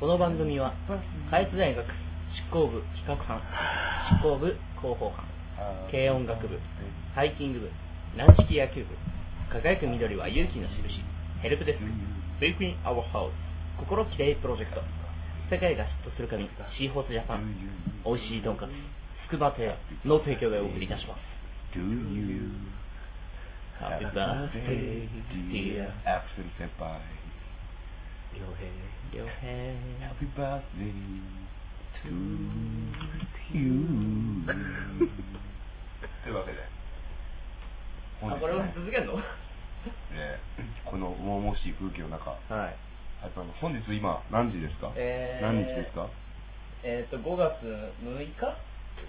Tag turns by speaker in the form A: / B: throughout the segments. A: この番組は開津大学執行部企画班執行部広報班軽音楽部ハイキング部軟式野球部輝く緑は勇気の印ヘルプデスク Sweeping Our House 心きれいプロジェクト世界が嫉妬する神シーホースジャパン美味しいとんかつつくば亭の提供でお送りいたします
B: Do you
A: Happy birthday dear
B: Axel Senpai
C: 良
A: 良
C: 平
A: 平
B: Happy birthday to you というわけで本
A: あ
B: 日
A: これは
B: ね
A: 続けんのは
B: えーこの重々しい空気の
A: い
B: 中あとあの本日今何時ですか、
A: えー
B: 何日ですか
A: えっ、と5月6日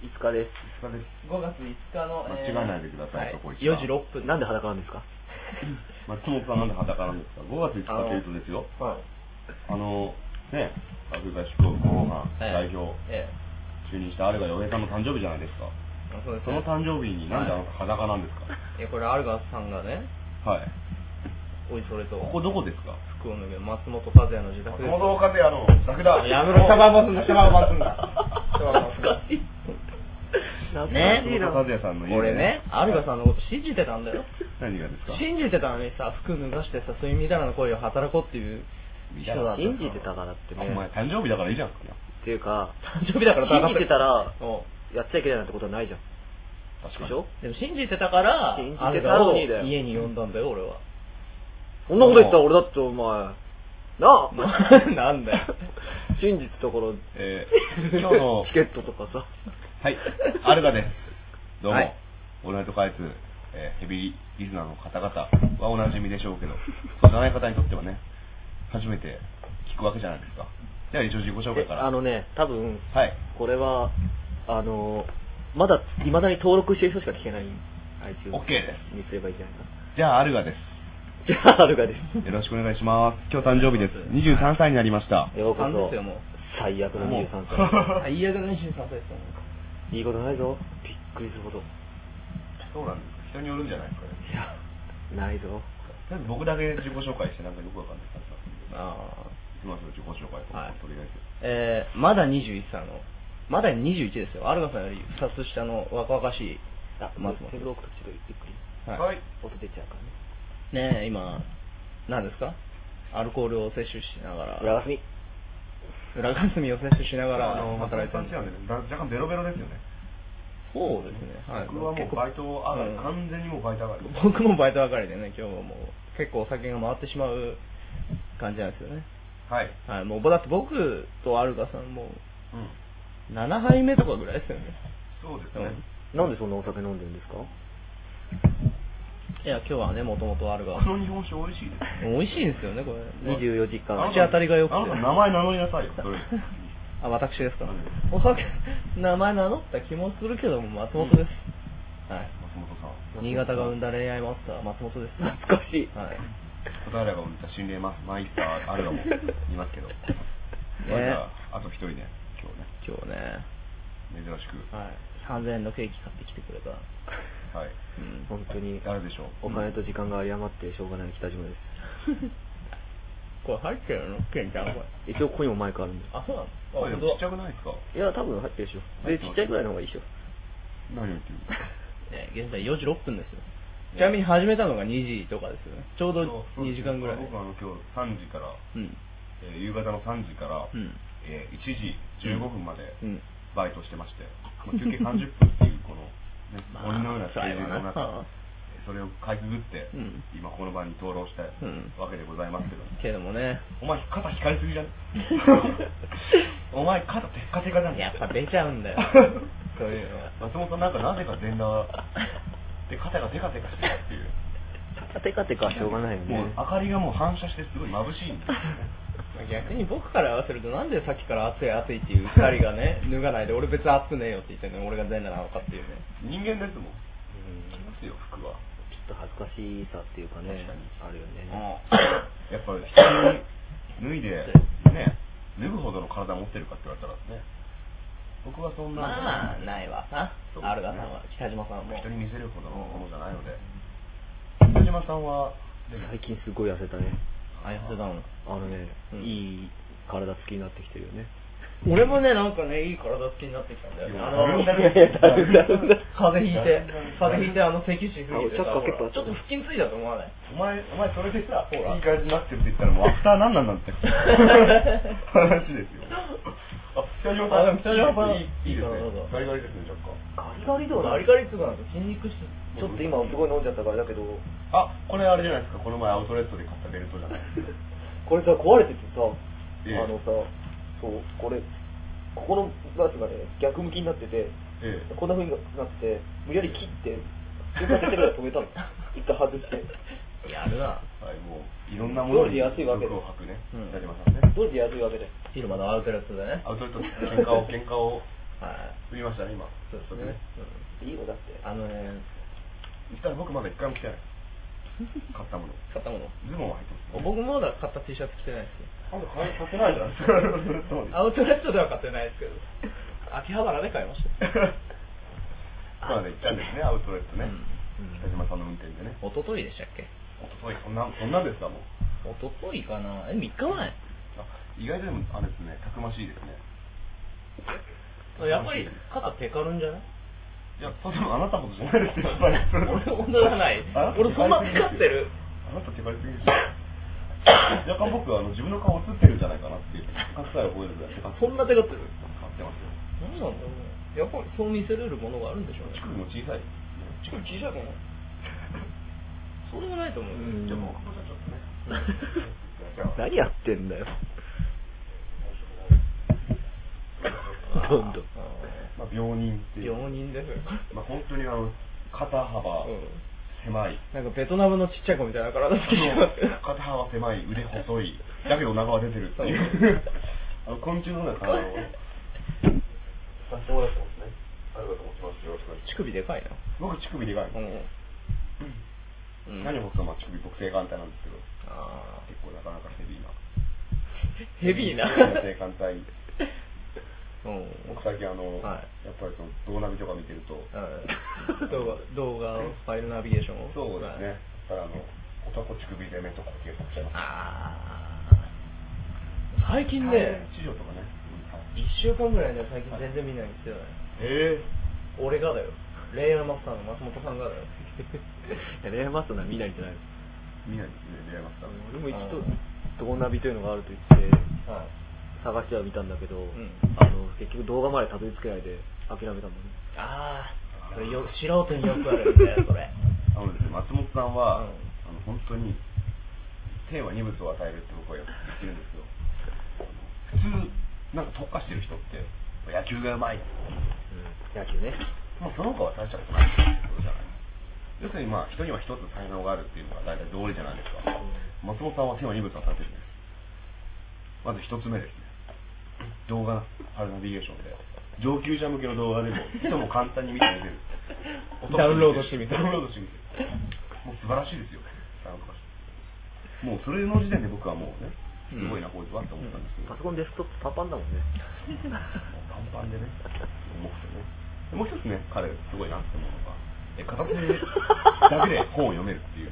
C: 5日です
B: 5日です
A: 5月5日の、えー
B: 間違えないでくださいそこ一番
A: 4時6分
C: なんで裸なんで すか
B: 松本さんなんで裸なんですか5月5日というとですよ
A: はい
B: あのねアフリカ執行部後半代表
A: ええ
B: 就任したあれが洋平さんの誕生日じゃないですか
A: あそうです
B: その誕生日になんであの裸なんです
A: いやこれアルガスさんがね
B: かはい
A: おいそれと
B: ここどこですか
A: 福を脱げ松本和也の自宅です
B: 和也の楽
A: やめろ
B: シャバーバスんだシャバーバスんだ
A: 懐かしい
C: 懐かしい
A: ね
B: 松本和也さんの家
A: 俺ねアルガさんのこと信じてたんだよ
B: 何がですか
A: 信じてたのにさ服脱がしてさそういうみたいな声を働こうっていう人だった
C: 信じてたからってね
B: お前誕生日だからいいじゃん
C: っていうか
A: 誕生日だから
C: 信じてたら
A: おう
C: やっちゃいけないなんてことはないじゃん
B: 確かに
C: でしょ
A: でも信じてたから
C: 信じて
A: アル
C: た
A: ガを
C: のにだよ
A: 家に呼んだんだよ俺は
C: そんなこと言ったら俺だってお前なあ
A: なんだよ
C: 真実ところ
B: えー今日の
C: チケットとかさ
B: はい、アルガです。どうも、
A: はい
B: オールナイト開通、えーヘビーリスナーの方々はおなじみでしょうけど、そうじゃない方にとってはね、初めて聞くわけじゃないですか。では一応自己紹介から。
C: あのね多分
B: はい。
C: これはあのまだいまだに登録してる人しか聞けない iTunes
B: OK で
C: にすればいいじゃないかな
B: じゃあ、アルガです。
C: じゃあアルガです
B: よろしくお願いします。今日誕生日です。23歳になりました。
C: ようこ
A: 勘ですよ
C: そ
A: もう
C: 最悪の
B: もう
C: 23歳
A: 最悪の23歳ですよね
C: いいことないぞびっくりするほど
B: そうなんです。人によるんじゃないですかね。
C: いやないぞ
B: とりあえず僕だけ自己紹介してなんかよくわかんない感じなんですけど、
A: ああ
B: いきますよ、自己紹介。
A: はい
B: とりあえず。
A: えー、まだ21歳のまだ21ですよアルガさんより2つ下の若々しい
C: あ
A: 松
C: 手ブロ
A: 本
C: ックとちょっとゆっくり
A: はい
B: い
C: 音出ちゃうからね
A: ねえ今何ですかアルコールを摂取しながら
C: 裏休み
A: 裏霞を摂取しながらあの働いてる
B: 松本さんちはねだ若干ベロベロですよね。
A: そうですね、はい、
B: 僕はもうバイト上がり、
A: うん
B: 完全にもうバイト上がり。
A: 僕もバイトばかりでね今日はもう結構お酒が回ってしまう感じなんですよね
B: はい。
A: はいもうだって僕とアルガさんも
B: うん。
A: 7杯目とかぐらいですよね
B: そうです
A: う
B: ね
A: ん。
C: なんでそんなお酒飲んでるんですか
A: いや今日はねもともとアルガ
B: この日本酒美味しいです。
A: 美味しいんですよねこれ
C: 24時間
B: あなた
A: 口当たりが良くて
B: あなた名前名乗りなさ いよ。それ。
A: あ、私ですか
B: うん。
A: お酒、名前名乗った気もするけども、松本です。はい。
B: 松本さん。
A: 新潟が生んだ恋愛マスター、松本です。
C: 懐かしい
A: はい。
B: 答えらが生んだ心霊ママイスターあるがもいますけど。まあじゃああと一人ね、今日ね、
A: 今日ね、
B: 珍しく。
A: はい。3000円のケーキ買ってきてくれた。
B: はい。
A: うん。
C: 本当に
B: 誰でしょう。
C: お金と時間が有り余ってしょうがない北島で
A: これ入ってるのケンちゃん、これ。
C: す 一応ここにもマイクあるんで
A: あ、そうなのあ、
B: これで
A: 本
B: もちっち
A: 当
B: ゃくないですか。
C: いや多分入ってるでしょでちっちゃいくらいの方がいいでしょ
B: 何を言ってるんですか。
A: だ。ね、現在4時6分ですよ。ちなみに始めたのが2時とかですよね。ちょうど
B: そう
A: 2時間ぐらい。
B: 僕はあの今日三時から、
A: うん。
B: えー夕方の三時から、
A: うん
B: えー一時15分まで。
A: うん。
B: バイトしてまして、まあ、休憩30分っていうこの、ね
A: まあ
B: 森のようなスケジュールの
A: 辛いわ
B: 中
A: な
B: それをかいくぐって、
A: うん
B: 今この場に登録した
A: うん
B: わけでございますけど、
A: けどもね、
B: お前肩光りす ぎじゃねお前肩テッカテカじゃね
A: やっぱ出ちゃうんだよ そういうのは
B: 松本さんなんかなぜか全裸で肩がテカテカしてるっていう
C: テカテカはしょうがないよ
B: もう
C: ね
B: 明かりがもう反射してすごい眩しいんですよね
A: まあ逆に僕から合わせるとなんでさっきから暑い暑いっていう2人が ね脱がないで俺別に暑くねえよって言ってんのに俺が全裸なのかっていうね
B: 人間ですもん
C: うん
B: 着ますよ服は
C: ちょっと恥ずかしさっていうかね
B: 確かに
C: あるよね
B: やっぱ人に脱いで、ね、脱ぐほどの体持ってるかって言われたらね、僕 はそんな、
A: まあないわな
B: そうですね
A: アルガさんは北島さんはも
B: 人に見せるほどのものじゃないので、北島さんは、でも
C: 最近すごい痩せたね
A: あ痩せたの
C: あのね、
A: うん
C: いい体つきになってきてるよね。
A: 俺もね、なんかね、いい体つきになってきたんだよね。あの、
C: いやいやだるんだるんだる
A: 風邪ひいて、風邪ひいて、あの、脊椎吹いてさ、
C: あ
A: ほ
C: ちょっ
A: ら
C: と結構
A: ちょっと腹筋ついたと思わない
B: お前、お前それでさ、
A: ほら
B: いい感じになってるって言ったら、もうアフター何なんだって。話です よ。あ、北島さ
A: あ
B: ん、
A: 北島さん
B: いいいいです
A: どうぞ
B: ね。ガリガリですね、若干。
C: ガリガリでは
A: ガ
C: ない
A: リガリっつうかなんか筋肉質。
C: ちょっと今すごい飲んじゃったからだけど、
B: あ、これあれじゃないですか、この前アウトレットで買ったベルトじゃないですか。
C: これさ、壊れててさ、
B: ええ
C: あのさ、そう、これ、ここのバスがね、逆向きになってて、
B: ええ
C: こんな風になってて、無理やり切って、中華先生ぐらい止 めたの。一回外して。
A: やるな。
B: はい、もう、いろんなもの
C: どうりやすいわけで
B: 毒を吐くね
A: うん、
B: 北島さんね。
C: どうしてやるわけで。
A: 昼間のアウトレットでね。
B: アウトレットで喧嘩を、喧嘩を
A: はい。
B: 売りましたね、今。
A: そうですね。うん
C: いいよ、だって。
A: あのね、
B: 言ったら僕まだ一回も来てない。買ったもの。
A: 買ったもの。
B: ズボンは入ってます、ね。
A: 僕もまだ買った T シャツ着てないですよ。
B: あんた買え買ってないじゃん。そうです
A: アウトレットでは買ってないですけ ど、秋葉原で買いましたよ。
B: まあね、行ったんですね、アウトレットね。
A: うん
B: 北島さんの運転でね。
A: 一昨日でしたっけ
B: おととい、そんな、そんなんですか、もう。
A: 一昨日かなえ、3日前
B: あ意外とでも、あれですね、たくましいですね。
A: やっぱり肩テカるんじゃない
B: いや、それでもあなたほどじゃないですよ、やっぱり。
A: 俺本当じゃない
B: あた
A: 俺そんな光ってる
B: あなた手張りすぎですよ。若干僕、あの自分の顔映ってるんじゃないかなっていう感覚さえ覚えるぐらい手張って
A: そんな手がってる
B: 張ってますよ。
A: 何なんだろうねやっぱりそう見せれるものがあるんでしょうね
B: 乳首も小さい。
A: ちょっと小さくない そうでもないと思うよ
C: うん
B: じゃあもう、ここじゃちょっとね。
C: 何やってんだよ。どんどん。
B: まあ、病人っていう。
A: 病人ですよ
B: まあ、本当にあの、肩幅、
A: うん
B: 狭い。
A: なんかベトナムのちっちゃい子みたいな体つきしてますよ
B: 肩幅狭い、腕細い、だけどお腹は出てるっていう、あの昆虫のような体をさせてもらってますね。ありがとうございます。よろしくお願いし
A: 乳首でかいな
B: ます。僕、乳首でかいの。
A: うん
B: 何を僕はまあ乳首特性眼帯なんですけど、
A: あ
B: 結構なかなかヘビーな。
A: ー ヘビーな
B: 特性眼帯。
A: うん
B: 僕、最近あの、
A: はい
B: やっぱりその動画ビとか見てると、
A: はい動画動画をファイルナビゲーションを
B: そうです
A: はい
B: ね。だからあの、男乳首で目とか計画しちゃいます。
A: あー最近ね
B: 治療とかね。うんはい
A: 1週間ぐらいね最近全然見ないんですよね
B: え
A: 俺がだよレイヤーマスターの松本さんがだ よ
C: レアマストな見ないんじゃない
B: ー、見ないですね、出会いました。
C: 俺も一
A: う
C: 度
A: ん、
C: 動ナビというのがあると言って、
A: はい
C: 探しては見たんだけど、
A: ん
C: あの結局動画までたどり着けないで諦めたもんね。
A: ああそれよ素人によくあるんだよそれ
B: あのですね、松本さんは、
A: うん
B: あの本当に、天は二物を与えるって僕はよく言ってるんですよ。普通、なんか特化してる人って、野球がうまい。
C: 野球ね。
B: まあ、その他は大したことないってことじゃない。要するに、まあ、人には一つ才能があるっていうのが大体道理じゃないですか。松本さんは天は二物を与えてるんです。まず一つ目ですね。動画、あれナビゲーションで。上級者向けの動画でも、人も簡単に見て見れる。
A: ダウンロードしてみた
B: ダウンロードしてみて。もう素晴らしいですよ。ダウンロードしてもうそれの時点で僕はもうね、すごいな、こいつはって思ったんですけど、
C: パソコンデスクトップパンパンだもんね。
B: もうパンパンでね、重くてね。でもう一つね、彼、すごいなって思うのが、え片 手だけで本を読めるっていう。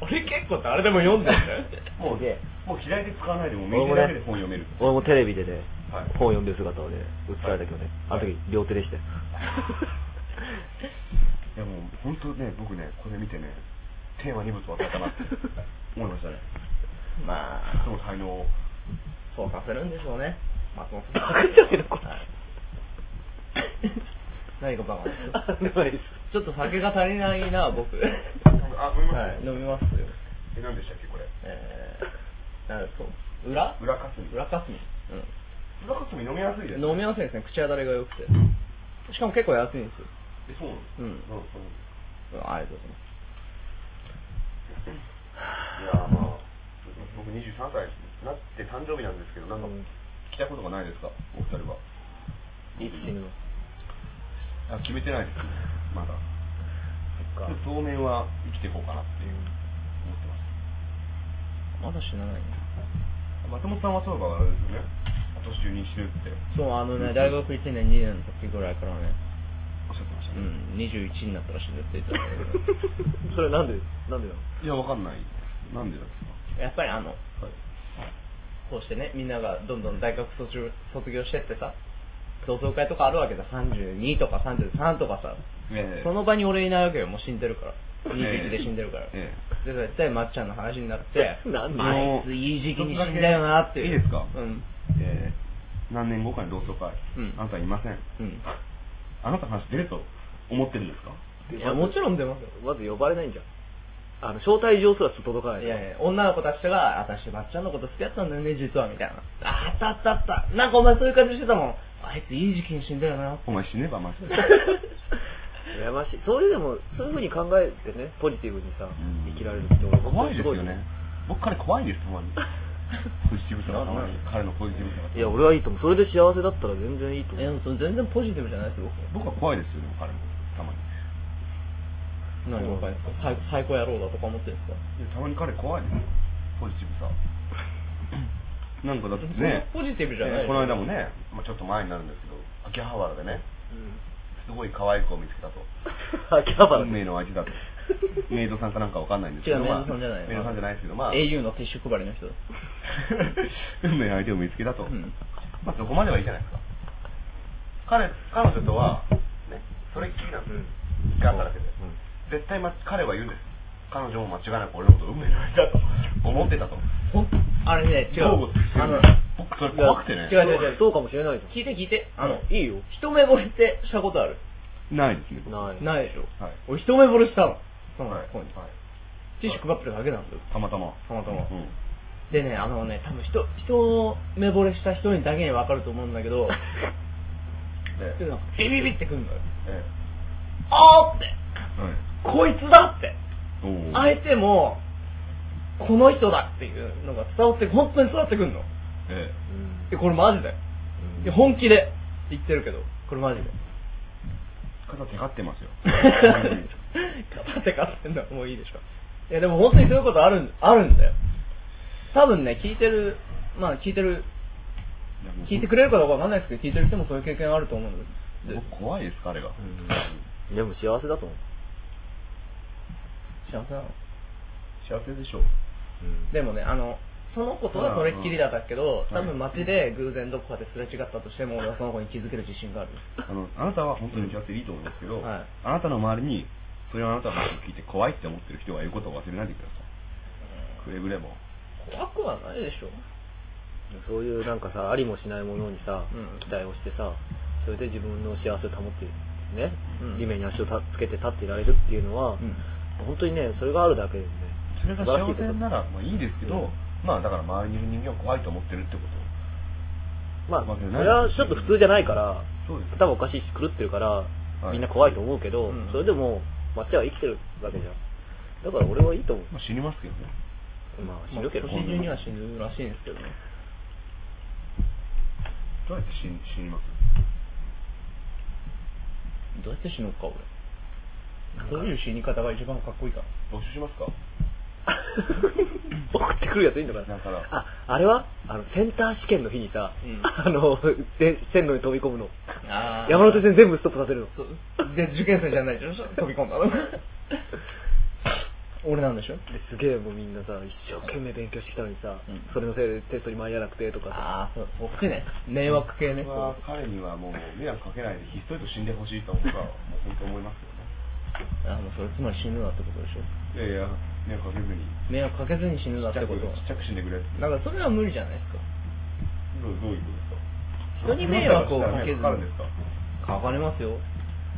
A: 俺結構誰でも読んでるんだよ
B: もう、もう左手使わないで、もう右手だけで本読める。
C: 俺もテレビでね、
B: はい
C: 本読んでる姿をね、映されたけどね、あの時両手でしたよ。
B: いやもう本当ね、僕ね、これ見てね、天は二物を与えたなって思いましたね。
A: ま
B: そ
A: あ
B: の才能を。
A: そうさせるんでしょうね松本
C: バ
A: さん
C: カじゃねえのこれ
A: はい何がバカですか
C: あないです
A: ちょっと酒が足りないな僕
B: あ、ごめんな
A: は
B: さい
A: い。飲みますよ
B: え、何でしたっけ、これ。
A: えー、なんだそう裏
B: 裏かすみ。
A: 裏かすみ、
B: 裏かすみ飲みやすいです
A: うん、飲みやすいですね口当たりが良くてしかも結構安いんですよ
B: え、そうなの
A: うん
B: うん、そうなの
A: うんありがとうございます
B: いやーまあ、僕23歳になって誕生日なんですけど、なんか、
C: うん
B: 来たことがないですか、お二人は。
C: いつ死ぬの
B: あ、決めてないです、まだ。
C: そっか。
B: 当面は生きていこうかなっていう思ってます。
A: まだ死なないね
B: 松本さんはそうか、あれですよね。年中に死ぬって
A: そうあのね大学1年2年の時ぐらいからね
B: おっしゃってました
A: う
B: ね。
A: ん21になったら死ぬって言ってたんだけど
C: それなんで、なんでなの
B: いや、わかんない。なんでなんですか
A: やっぱりあの
B: はい。
A: こうしてねみんながどんどん大学卒業卒業してってさ同窓会とかあるわけだ32とか33とかさ
B: ええ
A: その場に俺いないわけよもう死んでるからいい時期で死んでるから、
B: え
A: で絶対まっちゃんの話 になって
C: なんで
A: あいついい時期に死んだよなっていう
B: いいですか
A: うん
B: えー何年後かに同窓会、
A: うん
B: あなたいません、
A: うん
B: あなたの話出ると思ってるんですか
A: いやもちろん出ますよ
C: まず呼ばれないんじゃん。あの、招待状すら届かない。
A: いやいや、女の子たちが、私、まっちゃんのこと好きだったんだよね、実は、みたいな。あったあったあった。なんかお前そういう感じしてたもん。あいついい時期に死んだよな。
B: お前死ねばマジで
C: 羨ましい。そういうでも、そういうふうに考えてね、ポジティブにさ、
B: うん
C: 生きられるって俺
B: 怖いですよね。僕彼怖いですたまにポジティブさがたまに彼のポジティブさが
C: いや、俺はいいと思う。それで幸せだったら全然いいと
A: え、
C: 思
A: で
C: う。
A: もそれ全然ポジティブじゃないですよ、
B: 僕は怖いですよでも彼もたまに
A: 僕。何がおかですか最最高野郎だとか思ってるんですか
B: いやたまに彼怖いですよポジティブさなんかだってね
A: ポジティブじゃない
B: ねこの間もね、まあ、ちょっと前になるんですけど秋葉原でねすごい可愛い子を見つけたと
C: うん。秋葉原
B: 運命の味だとメイドさんかなんかわかんないんですけど
A: 違う
B: まあ
A: メイドさんじゃないよ
B: メイドさんじゃないですけどまあ
A: au のティッシュ配りの人だ。
B: 運命の相手を見つけたと、
A: うん
B: まあそこまではいいじゃないですか彼彼女とは、ね、それっきりなんです、時間がなくて、絶対、ま、彼は言うんです彼女も間違いなく俺のこと運命の相手だと思ってたと
A: ほんあれね、違
B: ど
A: う
B: う。して
A: あの、
B: 僕それ怖くてね
A: 違う違う違う。
C: そうかもしれないじゃん
A: 聞いて聞いて。あの、
C: いいよ
A: 一目惚れってしたことある
B: ないですね僕
C: ない。い。
A: ないでしょ。
B: はい
A: 俺一目惚れしたの。その
B: はい
A: 子に。
B: はい
A: ティッシュ配ってるだけなんだよ。
B: たまたま
A: たまたま
B: うん
A: でね、あのね、多分人、人を目惚れした人にだけに分かると思うんだけ ど、
B: で
A: でなんかビビビってくるのよ。
B: え
A: あーって、
B: えはい
A: こいつだって、
B: おー
A: 相手も、この人だっていうのが伝わって、本当に伝わってくるの。
B: え
C: うん。
A: え、これマジだよ。いや本気で言ってるけど、これマジで。
B: え肩テカって ますようん
A: 肩ってかってんのはもういいでしょ。いや、でも本当にそういうことあるん、あるんだよ。多分ね、聞いてる、まあ聞いてる、
B: やもう
A: 聞いてくれるかどうかわかんないですけど、聞いてる人もそういう経験あると思うんです。
B: 僕怖いです彼が、
C: でも幸せだと思う。
A: 幸せなの
B: 幸せでしょう
A: でもね、あの、その子とはそれっきりだったけど、
B: うん
A: 多分街で偶然どこかですれ違ったとしても、俺はその子に気づける自信がある。
B: あのあなたは本当に幸せでいいと思うんですけど、
A: はい
B: あなたの周りにそれをあなたの話を聞いて怖いって思ってる人がいることを忘れないでくださいくれぐれも
A: 怖くはないでしょ。
C: そういうなんかさ、ありもしないものにさ
A: うん、
C: 期待をしてさ、それで自分の幸せを保って、ね
A: うん、
C: 夢に足をたつけて立っていられるっていうのは
A: うん、
C: 本当にね、それがあるだけでね、
B: それが
C: 素晴ら
B: 幸
C: しいこと
B: せならまあいいですけど、まあだから周りにいる人間は怖いと思ってるってこと
C: まあ、
B: まあ
C: それはちょっと普通じゃないから、
B: そうです
C: 頭おかしいし狂ってるから
B: い、
C: みんな怖いと思うけ
A: う
C: ど
A: ん、
C: それでも、抹茶は生きてるわけじゃん。だから俺はいいと思
B: まあ死にますけどね
C: う。まあ、死
A: まあ
C: ぬけど。
A: 今年中には死ぬらしいんですけどね。
B: どうやって死に死にます
A: どうやって死ぬか、俺。どういう死に方が一番かっこいいかな。
B: 募集しますか
C: 送ってくるやついいのかな
B: だから
C: あ、あれはあの、センター試験の日にさ、
A: うん
C: あの、で線路に飛び込むの。
A: あー
C: 山手線全部ストップさせるの。
A: そうで、受験生じゃないでしょ飛び込んだの。俺なんでしょ
C: ですげえもうみんなさ、一生懸命勉強してきたのにさ、
A: うん
C: それのせいでテストに間に合わなくてとか
A: あ
C: さ。
A: あ、そう、そっちね。迷惑系ね。
B: 僕は彼にはもう迷惑かけないでひっそりと死んでほしいと僕はもう本当思いますよ
A: あ
B: ね
A: もうそれつまり死ぬなってことでしょ
B: いやいや迷惑かけず
A: 迷惑かけずに
B: に
A: 死ぬなっ
B: ちってちゃ
A: こ
B: く
A: と
B: ちっちゃく死んでくれって
A: だからそれは無理じゃないですか
B: どうどういうことですか
A: 人に迷惑をかけずに
B: かかるんですか
A: かかりますよ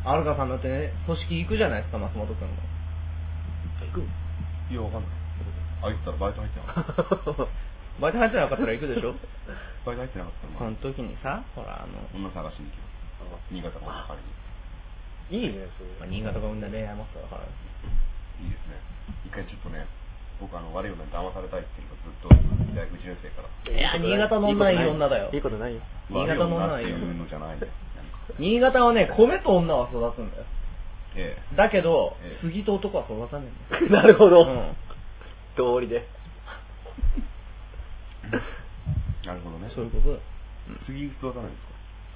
A: アルカさんだってね組織行くじゃないですか松本君も
C: 行 く
B: いやわかんないあいつたらバイト入ってな かった
A: バイト入ってなかったら行くで しょ
B: バイト入ってなかった
A: その
B: ら、まあ、
A: 時にさほらあの、
B: 女探しに行きます新潟から彼に
C: いいね、そ
A: まあ
C: れ。
A: 新潟が生んだ恋愛マスターだから
B: いいですね一回ちょっとね僕あの悪い女に騙されたいっていうのをずっと大学1年生から
A: いや新潟の女いい女だよ
C: いいことないよ。
A: 新潟の女は
B: 悪
A: い
B: い
A: い
B: 女
A: よ
B: っていうのじゃないんだよなんか
A: 新潟はね米と女は育つんだよ
B: ええ
A: だけど、
B: ええ
A: 杉と男は育たねえんだよ
C: なるほど。
A: うん
C: 通りで。
B: なるほどね
A: そういうことだよ
B: 次普通はないんで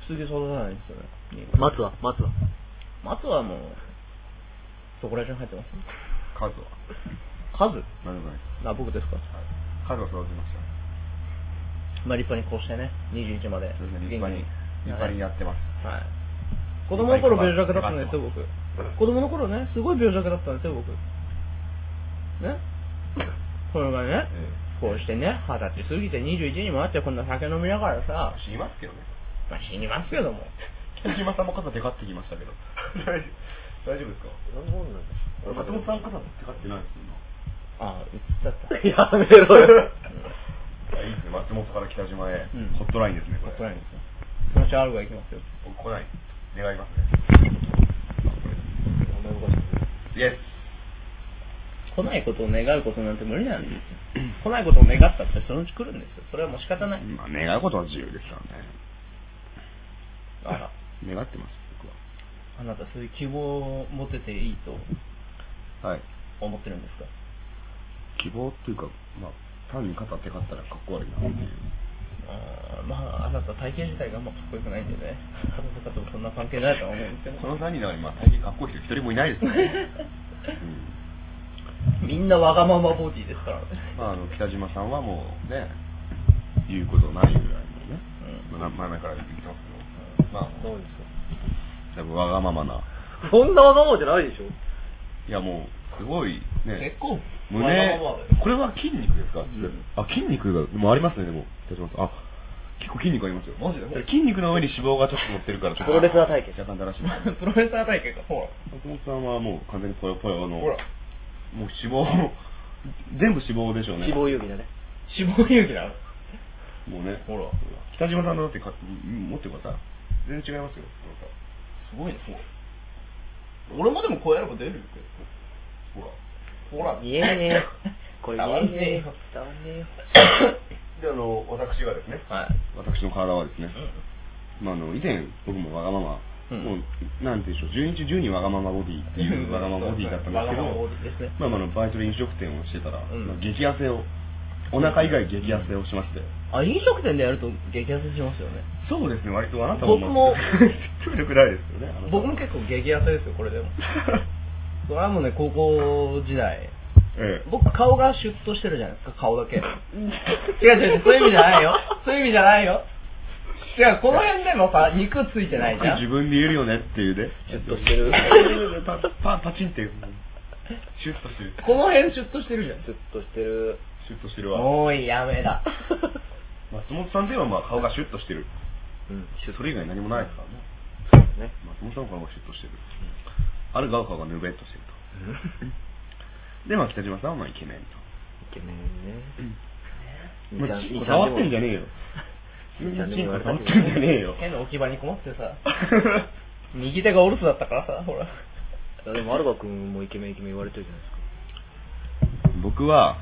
B: すか
A: 杉育たないんですよね新潟
C: 待つわ、待つわ。
A: 松はもうそこら中に入ってます
B: 数は
A: 数
B: 何でもないです
A: あ僕ですか
B: はい数は育てました
C: まあ立派にこうしてね、21まで。
B: そうですね、立派に、立派にやってます。
C: はい。
A: 子供の頃病弱だったんですよ、僕。子供の頃ね、すごい病弱だったんですよ、僕。ねこれがね、こうしてね、二十歳過ぎて21にもなってこんな酒飲みながらさ、
B: 死にますけどね。
A: まあ、死にますけども。
B: 北島さんも肩でかってきましたけど。 大丈夫ですか
C: なんでもない
B: 松本さん肩でかってないですよ、今。
A: ああ、言っちゃった。
C: やめろよ。
B: いやいいですね、松本から北島へ、
A: うん
B: ホットラインですね、
A: ホ
B: これ。
A: ットラインですよ。そのうちアルゴ行きますよ。
B: 僕来ない。願いますね。イエス。
A: 来ないことを願うことなんて無理なんですよ。来ないことを願ったってそのうち来るんですよ。それはもう仕方ない。
B: まあ、願うことは自由ですからね。
A: あら、
B: 願ってます、僕
A: あなたそういう希望を持てていいと
B: は。はい。
A: 思ってるんですか
B: 希望っていうか、まあ、単に肩でかったらかっこ悪いなっていう。
A: あーまあ、あなた体型自体があんまかっこよくないんでね、体とかとそんな関係ないとは思うんですけ
B: こ
A: ど、
B: の3人の中に、まあ、最近かっこいい人一人もいないですからね。うん
A: みんなわがままボディですからね。
B: まあ、あの北島さんはもうね、言うことないぐらいのね、まあ前々から言ってますけど、まあ、
C: そうです
B: 多
C: よ。
B: 分わがままな、
C: そんなわがままじゃないでしょ。
B: いやもう、すごいね、
A: 結構、
B: 胸
A: わがままだよ、
B: これは筋肉ですか、あ、筋肉が、でもありますね、でも、北島さん。あ結構筋肉ありますよ。マジで筋肉の上に脂肪がちょっと乗ってるから、ちょっと
C: プロレスラー体型
B: 若干だらします。
A: プロレスラー体験が、ほら、
B: 松本さんはもう完全にぽよぽよの、
A: ほら
B: もう脂肪、全部脂肪でしょうね。
C: 死亡遊戯だね。
A: 死亡勇気なの。
B: もうね、
A: ほら
B: 北島さんのだってか持ってるからさ、全然違いますよ。
A: すごいね、ほら。俺もでもこうやれば出るよ、
B: ほら。
A: ほら、
C: 見えね え。これ見えねえよ。伝わんねえよ。
B: で、あの、私がですね、
A: はい。
B: 私の体はですね、まあ、あの、以前、僕もわがまま、
A: うん
B: もう、なんていうんでしょう、10日中にわがままボディっていうわがままボディだったんですけど、
A: わがままボディですね
B: まあ、まああの、バイトで飲食店をしてたら、
A: うん
B: まあ激痩せを、お腹以外激痩せをしまして、
A: あ、飲食店でやると激痩せしますよね。
B: そうですね、割とあなた
A: 僕も
B: 体力ないですよね。あなた
A: 僕も結構激痩せですよ、これでも。それはもうね、高校時代。
B: ええ。
A: 僕、顔がシュッとしてるじゃないですか、顔 だけ。違う違う違う、そういう意味じゃないよ。そういう意味じゃないよ。違う、この辺でもさ、肉ついてないじゃ
B: 自
A: ん。
B: 分で言えるよねっていうね。
C: シュッとしてる
B: パパパチンって。シュッとしてる。
A: この辺シュッとしてるじゃん。
C: ずっとしてる。
B: シュッとしてるわ。
A: もういいやめ だ。
B: 松本さんといえばまあ顔がシュッとしてる。
C: うん。
B: それ以外何もないですからね。
C: ね。
B: 松本さんの顔がシュッとしてる。ある顔がぬべっとしてると。で、まあ北島さんはまあイケメンと。
C: イケメンね。
B: まあチンコ触ってんじゃねえよ。チン
C: 二三でも
B: コ触ってんじゃねえよ。
A: 変な置き場にこもってさ、右手がオルスだったからさ、ほら。
C: いやでも、アルバ君もイケメンイケメン言われてるじゃないです
B: 僕は、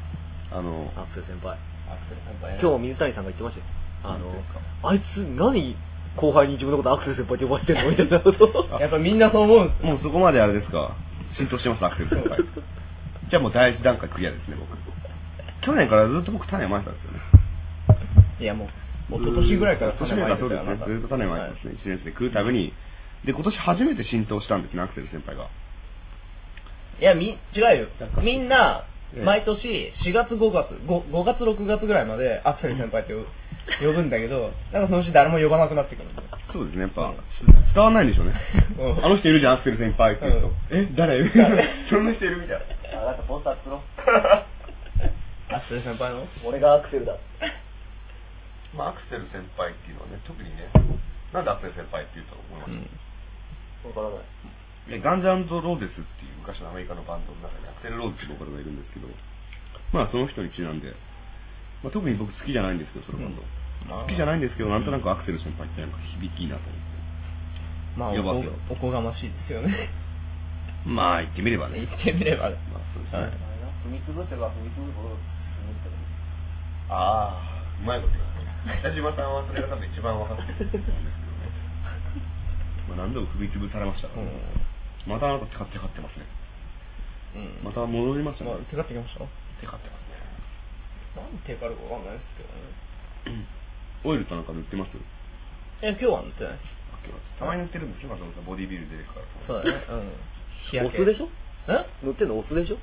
B: あの、
C: か。アクセル先輩。
A: アクセル先輩
C: 今日水谷さんが言ってましたよ。あの
B: 本当ですか、
C: あいつ何後輩に自分のことアクセル先輩って呼ばせてんのみたいなこと。
A: やっぱみんなそう思うんですよ。
B: もうそこまであれですか浸透してます、アクセル先輩。じゃあもう第一段階クリアですね、僕。去年からずっと僕種まいてたんですよね。
A: いやもう、もう今年ぐらいから
B: 今年ぐらいからそうです
A: あな
B: ね
A: た。
B: ずっと種まいてますね、1年生で食うたびに。で、今年初めて浸透したんですね、アクセル先輩が。
A: いや、み、違うよ
B: なんか。
A: みんな
B: ええ、
A: 毎年4月5月5、5月6月ぐらいまでアクセル先輩って呼ぶ呼ぶんだけど、なんかそのうち誰も呼ばなくなってくるんだよ。
B: そうですね、やっぱ
A: うん、
B: 伝わんないんでしょうね
A: う。ん
B: あの人いるじゃん、アクセル先輩って言うと。
A: うん
B: え、誰みたいな。そんな人いるみたいな。
C: あ、なんかポンタ作ろう。
A: アクセル先輩の
C: 俺がアクセルだ。
B: まあ、アクセル先輩っていうのはね、特にね、なんでアクセル先輩っていうと思います
C: わからない。
B: ねガンズローゼスっていう昔のアメリカのバンドの中にアクセル・ローゼスというボーカルがいるんですけど、まあその人にちなんで、まあ、特に僕好きじゃないんですけど、そのバンド。好きじゃないんですけど、なんとなくアクセル先輩ってなんか響きいいなと思
A: まあ、
B: って。
A: お
B: 呼ばせよ
A: こおこがましいですよね。
B: まあ言ってみれば
A: 言
B: ね。
A: ってみればね。
B: まあそうですね。
C: 踏み潰せば踏み潰すほど
B: ああ、うまいこと言わない。北島さんはそれが多分一番分かってると思うんですけどね。 まあ何度も踏み潰されましたからね、またあなた使って買ってますね。
A: うん。
B: また戻りました
A: まあ
B: ね。
A: 手がってきました
B: 手買ってますね。
A: 何手があるかわかんないですけどね。
B: オイルとなんか塗ってます
A: いや、今日は塗ってないです。
B: たまに塗ってるんですよ、松本さん。ボディビル出てるから。
A: そうだね。うん。日
C: お
A: 焼け
C: 酢でしょ
A: え
C: 乗ってんのオスでしょ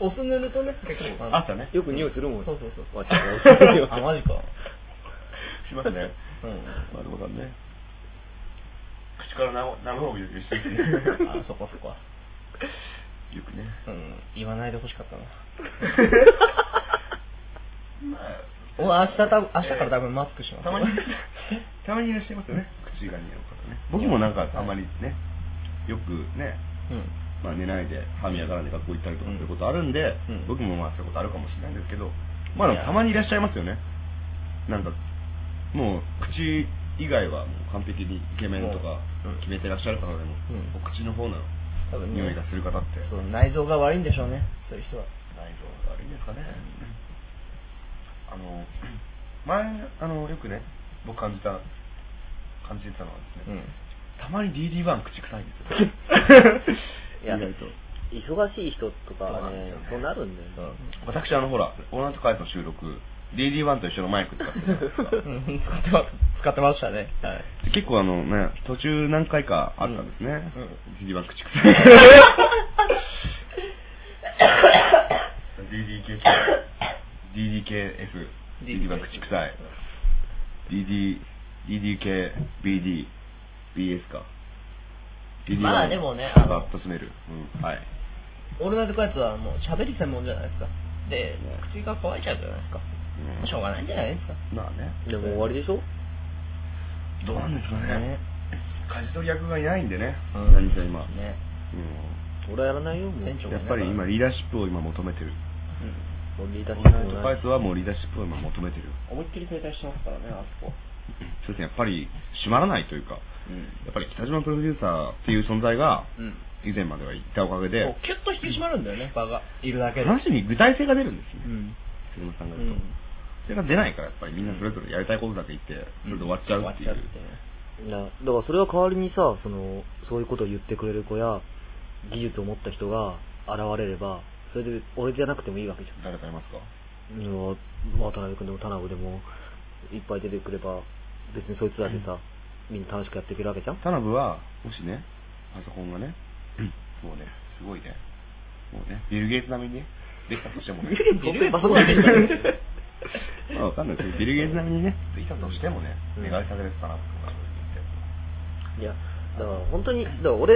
A: お酢塗るとね、結構。
B: あったね。
C: よく匂いするもん。
A: そうそうそう
C: まあちょっとオスで
A: あ、マジか。
B: しますね。
A: うん。
B: まあ、でもだね。口からななるほどよくしてる
A: あ、そこそこ。
B: よくね。
A: うん、言わないでほしか ったな。
B: ま
A: 俺、明
B: あ、
A: 日多分、明日から多分マスクします。
B: たまに、たまにいらっしゃいますよね。口が似合う方ね。僕もなんか、あんまりね、よくね、
A: うん。
B: まあ、寝ないで歯磨かないで学校行ったりとかそういうことあるんで、
A: うん
B: 僕もまあそういうことあるかもしれないんですけど、まあ、でもたまにいらっしゃいますよねなんかもう口以外はもう完璧にイケメンとか
A: うん
B: 決めてらっしゃる方でも、
A: うん
B: お口の方の
A: 多分ね
B: 匂いがする方って
A: そう、内臓が悪いんでしょうね、そういう人は。
B: 内臓が悪いんですかね、あの 前あのよくね僕感じた感じてたのはです
A: う
B: ね、
A: ん。
B: たまに DD1 口臭いんですよ
C: いや
B: 意外と
C: 忙しい人とかはね、そ
B: そう
C: う
B: な
C: なるんだよね。
B: 私、あの、ほら、オーナーとカイトの収録、DD1 と一緒のマイク使ってたんですが
A: うん使ってま使ってましたね。はい。
B: で結構あのね、途中何回かあったんですね。DD1 口 臭い。DDKF、DDKF、DD1 口臭い。DD、DDKBD、BS か。DD1
A: まあでもねあの
B: バッドスメル。うん、はい。
A: オールナイトカイツはもう喋り専門じゃないですか。で、口が乾いちゃうじゃないですか。
B: うん
A: しょうがないんじゃないですか。
B: まあね。
C: でも終わりでしょ
B: どうなんですかね。舵取り役がいないんでね。
A: うん
B: 何せ今。
A: ね。
B: うん
C: 俺はやらないよ、もう。
A: 店長
B: やっぱり今リーダーシップを今求めてる。
C: もうリーダ
B: オ
C: ー
B: ー
C: シ
B: ルナ
C: ッ
B: イ
C: プ
B: ト
C: も
B: バ
C: な
B: イ
C: い。
B: スはもうリーダーシップを今求めてる。
D: 思いっきり停滞してますからね、あそこ。
B: そうですね、やっぱり閉まらないというか、
D: うん。
B: やっぱり北島プロデューサーっていう存在が
D: うん。
B: 以前までは言ったおかげで
A: こ、うキュッと引き締まるんだよね、場が。いるだけで。
B: 話に具体性が出るんです
A: う
B: よね。
A: ん。
B: 北島さん
A: う
B: が言うと。
A: ん。
B: それが出ないから、やっぱりみんなそれぞれやりたいことだけ言って、それで終わっちゃうっていう。
C: なだからそれは代わりにさ、その、そういうことを言ってくれる子や、技術を持った人が現れれば、それで俺じゃなくてもいいわけじゃん。
B: 誰かいますか
C: うん渡辺君でも田辺でもいっぱい出てくれば別にそいつらでさ、みんな楽しくやっていけるわけじゃん
B: 田辺は、もしね、パソコンがね、もうね、すごいね、もうね、ビル・ゲイツ並みにね、できたとしてもね、
C: そんなにパソコンできない
B: まあわかんないですけど、ビル・ゲイツ並みにね、できたとしてもね、
C: う
B: 願
C: ん
B: いされてたなと思って。
C: いやだから本当にだから俺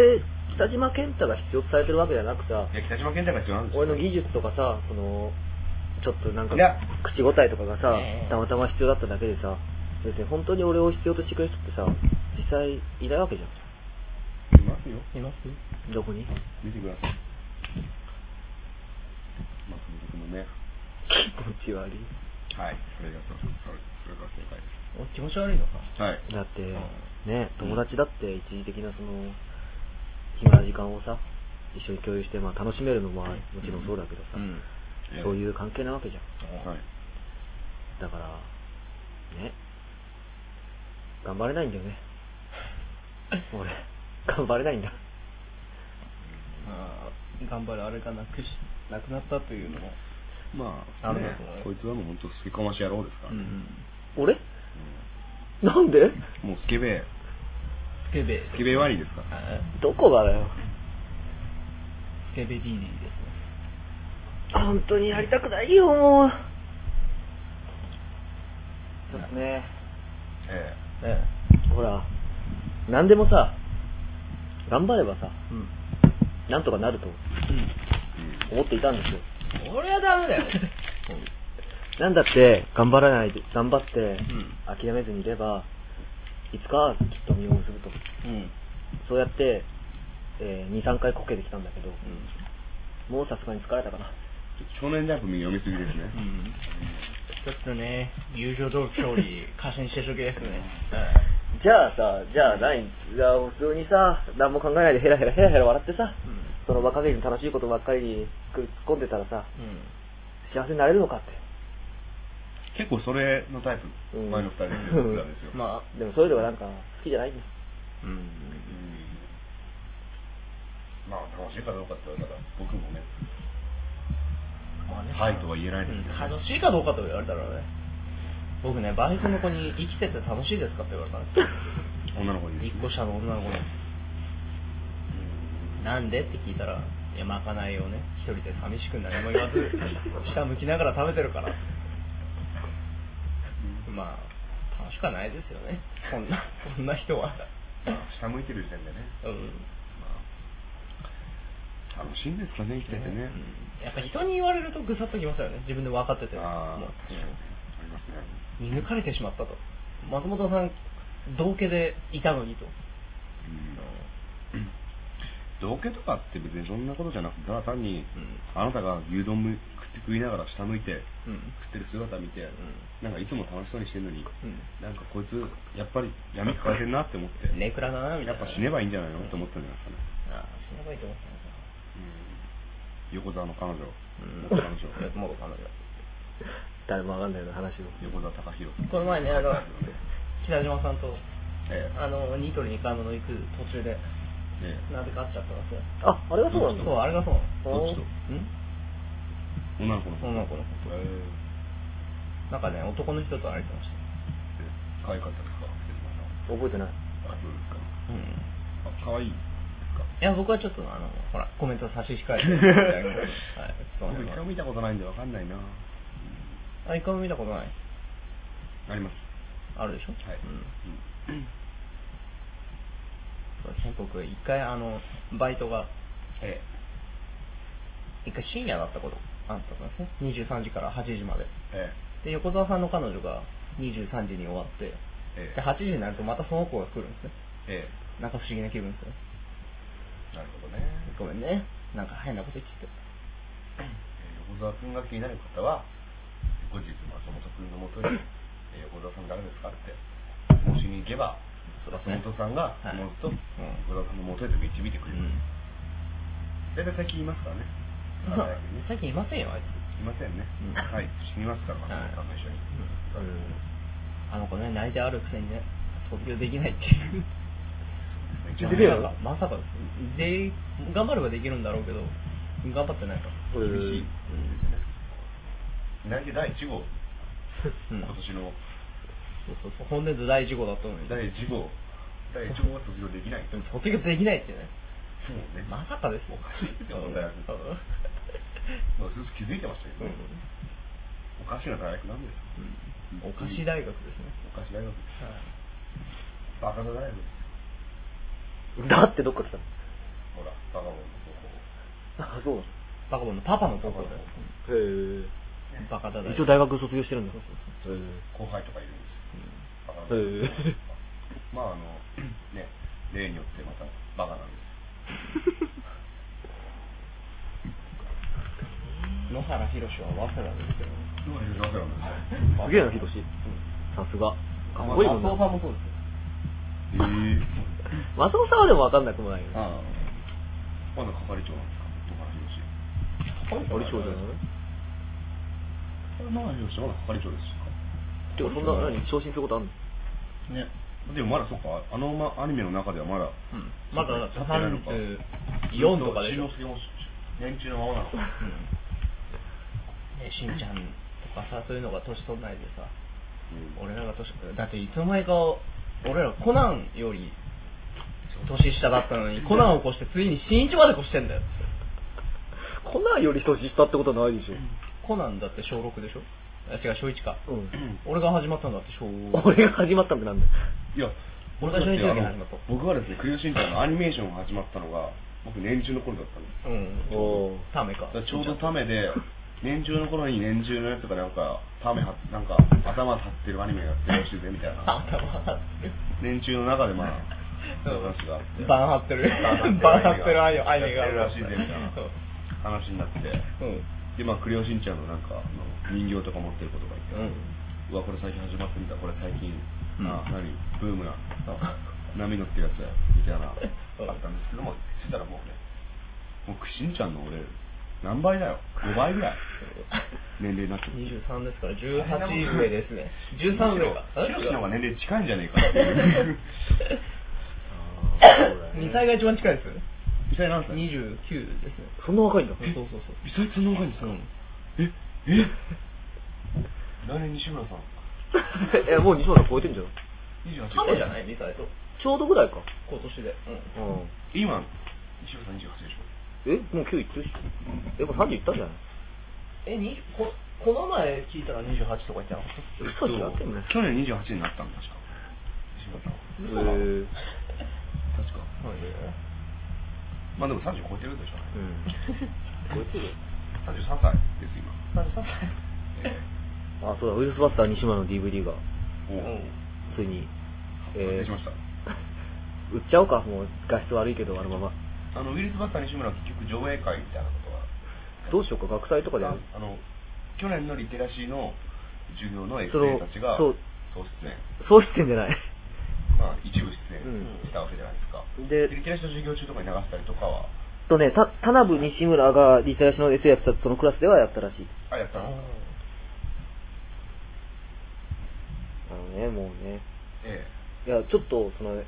C: 北島健太が必要とされてるわけじゃなくさ
B: いや、北島健太が必要なんですよ
C: 俺の技術とかさそのちょっとなんか
B: いや
C: 口答えとかがさ
A: ねえ
C: たまたま必要だっただけでさ別に本当に俺を必要としてくれる人ってさ実際いないわけじゃん
B: いますよ。
A: います
C: どこに
B: 見てください。まあ、その僕のね。
C: 気持ち悪い
B: はい。それがそう、それそれが正解で
A: お気持ち悪いのか。
B: す。はい。
C: だって、
A: うん
C: ね、友達だって一時的なその、暇な時間をさ、一緒に共有して、まあ楽しめるのも、まあもちろんそうだけどさ、
A: うん。
C: そういう関係なわけじゃん。
B: はい。
C: だから、ね、頑張れないんだ よね。俺、頑張れないんだ。
A: あー頑張るあれがなくし、なくなったというのも。
B: ま
A: あ
B: あ、
A: の
B: ね、こいつはもう本当、すけこまし野郎ですからね。
C: 俺なんで
B: うんもう、スケベ、
A: スケベ。
B: スケベ割りですから。
A: あー
C: どこがだよ。
A: スケベ DD ですね。
C: 本当にやりたくないよ、もう。そうですね。
B: え
A: え
C: ほら、なんでもさ、頑張ればさ、
A: え。うん。
C: なんとかなると思っていたんですよ。
A: うん。俺はダメだ よ。
C: なんだって、頑張らないで、頑張って、
A: ん
C: 諦めずにいれば、いつかはきっと実を結ぶと。
A: うん。
C: そうやって、えー、2、3回こけてきたんだけど、もうさすがに疲れたかな。
B: え少年ジャンプ読みすぎですね。
A: うんちょっとね、友情同調理、過信してしょけですね。
C: じゃあさ、じゃあ何、じゃあ普通にさ、何も考えないでヘラヘラヘラヘラ笑ってさ、
A: うん
C: その場限りの楽しいことばっかりに首突っ込んでたらさ、
A: うん。
C: 幸せになれるのかって。
B: 結構それのタイプ、
C: うん
B: 前の二人で言ってたんですよ。
A: うん。まあ、
C: でもそういうのがなんか好きじゃないんだ。
A: うん。
B: まあ、楽しいかどうかって言われたら、僕もね、
A: まあね
B: はいとは言えないですけどね
A: うん楽しいかどうかと言われたらね。僕ね、バイトの子に生きてて楽しいですかって言われたんですよ。
B: 女の子にで
A: 一
B: すね
A: 個下の女の子に。なんでって聞いたら、いや、まかないをね、一人で寂しく何も言わず、下向きながら食べてるから。まあ、楽しくはないですよね。こんな、 こんな人は。
B: まあ下向いてる時点でね、
A: うん。
B: まあ、楽しいんですかね、生きててね。
A: うんやっぱ人に言われるとぐさっときますよね。自分で分かってて。
B: ああ、
A: もう
B: 確かにね。ありますね。
A: 見抜かれてしまったと。松本さん、同家でいたのにと。
B: うん同居とかって別にそんなことじゃなくて、ただ単に、
A: うん
B: あなたが牛丼む食いながら下向いて、
A: うん。
B: 食ってる姿見て、
A: ん
B: なんかいつも楽しそうにしてるのに、
A: うん
B: なんかこいつ、やっぱり闇抱えてんなって思って、
A: ネクラだな、みた
B: や
A: い
B: っ
A: な。
B: ぱ死ねばいいんじゃない
A: うん
B: のって思ったんじゃないですかね。
A: ああ、死ねばいいと思ったんですよ
B: うん横澤の彼女、
A: うん
B: 元彼女、
A: 元彼女。
C: 誰もわかんないような話を。
B: 横澤隆弘。
A: この前ね、あの、北島さんと、
B: ええ
A: あの、ニトリに買い物行く途中で、
B: ええ
A: なぜか会っちゃったんですよ。
C: あ、あれがそうなんだ。
A: そう、あれがそうな
B: どっちと
A: の。ん
B: 女の子の
A: 女の子の
B: え
A: なんかね、男の人と歩いてました。
B: え可愛かったですか手島さん
C: 覚えてない。
B: あ、そうです
A: う
B: か。
A: ん。
B: あ、可愛いですか
A: いや、僕はちょっと、あの、ほら、コメント差し控えていただ きます。はい、そう
B: 僕一回も見たことないんでわかんないな。
A: あ、一回も見たことない。
B: あります。
A: あるでしょ
B: はい。
A: うん
B: うん
A: そうですね、僕、一回、あの、バイトが、
B: え
A: 一回深夜だったこと、あったんですね。23時から8時まで。
B: え、え
A: で、横澤さんの彼女が23時に終わって、
B: ええ
A: で、8時になるとまたその子が来るんですね。
B: え、え
A: なんか不思議な気分ですよね。
B: え。なるほどね。
A: ごめんね。なんか変なこと言っちゃって。
B: えー横澤君が気になる方は、後日、松本君のもとに、えー横澤さん誰ですかって、もしに行けば、
A: そうですね
B: 松本さんが、
A: はい
B: もっと、
A: うん
B: 横澤さんのもとへと導いてくれる。大体最近います からね。大体ね
A: 最近いませんよ、あいつ。
B: いませんね。
A: うん
B: はい。死にますから、松
A: はい
B: 本さんと一緒に。
C: うん。
A: あの子ね、泣いてあるくせにね、卒業できないっていう。
B: 一応
C: 出てよ
A: まさかまさかです。で、頑張ればできるんだろうけど、頑張ってないから。
B: 厳しいですね。内定第1号、
A: うん
B: 今年の
A: そうそうそう、本年度第1号だったのに。
B: 第1号、第1号は卒業できない。
A: でも卒業できないっていうね。
B: そうね。
A: まさかですよ
B: おかしい って問題なんですよ
A: うん
B: まあ、ずっと気づいてましたけど、ねおかしな大学なんですよ。
A: うんお菓子大学ですね。
B: おかし大学です。バカな大学ですよ。
C: だってどっか来たの
B: ほら、バカボンの高校。
C: あ、そうなんだ。
A: バカボンのパパの高校だよ。
C: へえ。
A: バカだだよ
C: 一応大学卒業してるんだ。
A: そうそう
C: へえ。
B: 後輩とかいるんですよ。バカな
C: へえ
B: まあ、あの、ね、例によってまたバカなんですよ。
A: 野原ひろしは早稲田ですけど。
B: どういうわけなんですよ。
C: すげえな、ヒロシ。さすが。かっこいいもんな。
B: 松尾さんもそうですよ。ええ
C: 松尾さんはでもわかんなくもないよね。
B: ああ。まだ係長なんですか、野原宏。
C: 俺長じゃない
B: 野原宏、まだ係長ですか。
C: てか、そんな、何、昇進することあんの
B: ね。でもまだそっか、あの、ま、アニメの中ではまだ、
A: うんまだ
B: そっかやってないの
A: 34とかでしょ
B: しんのすけも年中のままなのか。
A: ね、しんちゃんとかさ、そういうのが年取んないでさ、
B: うん
A: 俺らが年、だっていつの間にか、俺らコナンより年下だったのに、コナンを越してついに新一まで越してんだよ。
C: コナンより年下ってことはないでしょ。
A: コナンだって小6でしょあ違う、小1か。
C: うん。
A: 俺が始まったんだって小
C: 俺が始まったんだなんだ。
B: いや、
A: 俺が初日だけ
B: あ
A: 始ま
B: の
A: った
B: 僕はですね、クヨシンちゃんのアニメーションが始まったのが、僕年中の頃だったんです
A: うん。
B: よ。
C: おー
A: タメか。
B: だからちょうどためで、年中の頃に年中のやつがなんか、ためは、なんか、頭立ってるアニメやってるらしいぜ、みたいな。
A: 頭張ってる。
B: 年中の中でまあ、そういう話があって。
A: バン張ってる。バン張ってるアイアイメがある
B: やってるらしいぜ、みたいな
A: そう
B: 話になって。
A: うん。
B: で、まあ、クレヨンしんちゃんのなんか、あの人形とか持ってることがいて、
A: うん
B: うわ、これ最近始まってみた、これ最近、
A: うん
B: あ何、ブームな、
A: あ
B: 波乗ってるやつだよ、みたいな、あ
A: うん
B: ったんですけども、してたらもうね、もう、しんちゃんの俺、何倍だよ ?5 倍ぐらい、年齢になってる。
A: 23ですから、18上ですね。13上か。
B: むしろヒロシの方が年齢近いんじゃねえかって いう。
A: 2歳が一番近いですよね。
B: 実際何歳
A: 29ですね。
C: そんな 若いんだ。
A: そうそうそう。
B: 実際そんな若いんですかええ来年西村さん。
C: え、もう西村超えてんじゃん。
B: 28
A: 亀じゃない ?2 歳と。
C: ちょうどぐらいか。
A: 今年で。うん。
C: うん。
B: 今、西部さん28でしょ。
C: えもう今日言ってるし。え、もう30言ったんじゃない
A: え、にここの前聞いたら28とか言ってなかった
C: 嘘違ってんね。
B: 去年28になったんだ、確か。西部さんは。
C: え
A: 嘘だ
C: ー
B: 確か。まあでも30超えてるでしょ。
C: うん。
A: こいつる
B: 33歳です、今。
A: 33歳
B: え
C: あ、そうだ、ウイルスバスター西村の DVD が、
B: えおう
C: ついに、
B: 完
C: え
B: 成しました。
C: 売っちゃおうか、もう画質悪いけど、あのまま。
B: あのウイルスバッター西村は結局上映会みたいなことは
C: どうしようか、学祭とかでやる。
B: あの去年のリテラシーの授業の学
C: その
B: 生たちが
C: そう
B: 総出演
C: そうしてんじゃない。
B: まあ一部出演
C: うん
B: したわけじゃないですか、
C: で
B: リテラシーの授業中とかに流したりとかは
C: とね、た、田辺西村がリテラシの S やってたそのクラスではやったらしい。
B: あやったの
C: あのね、もうね。
B: ええ
C: いや、ちょっと、その、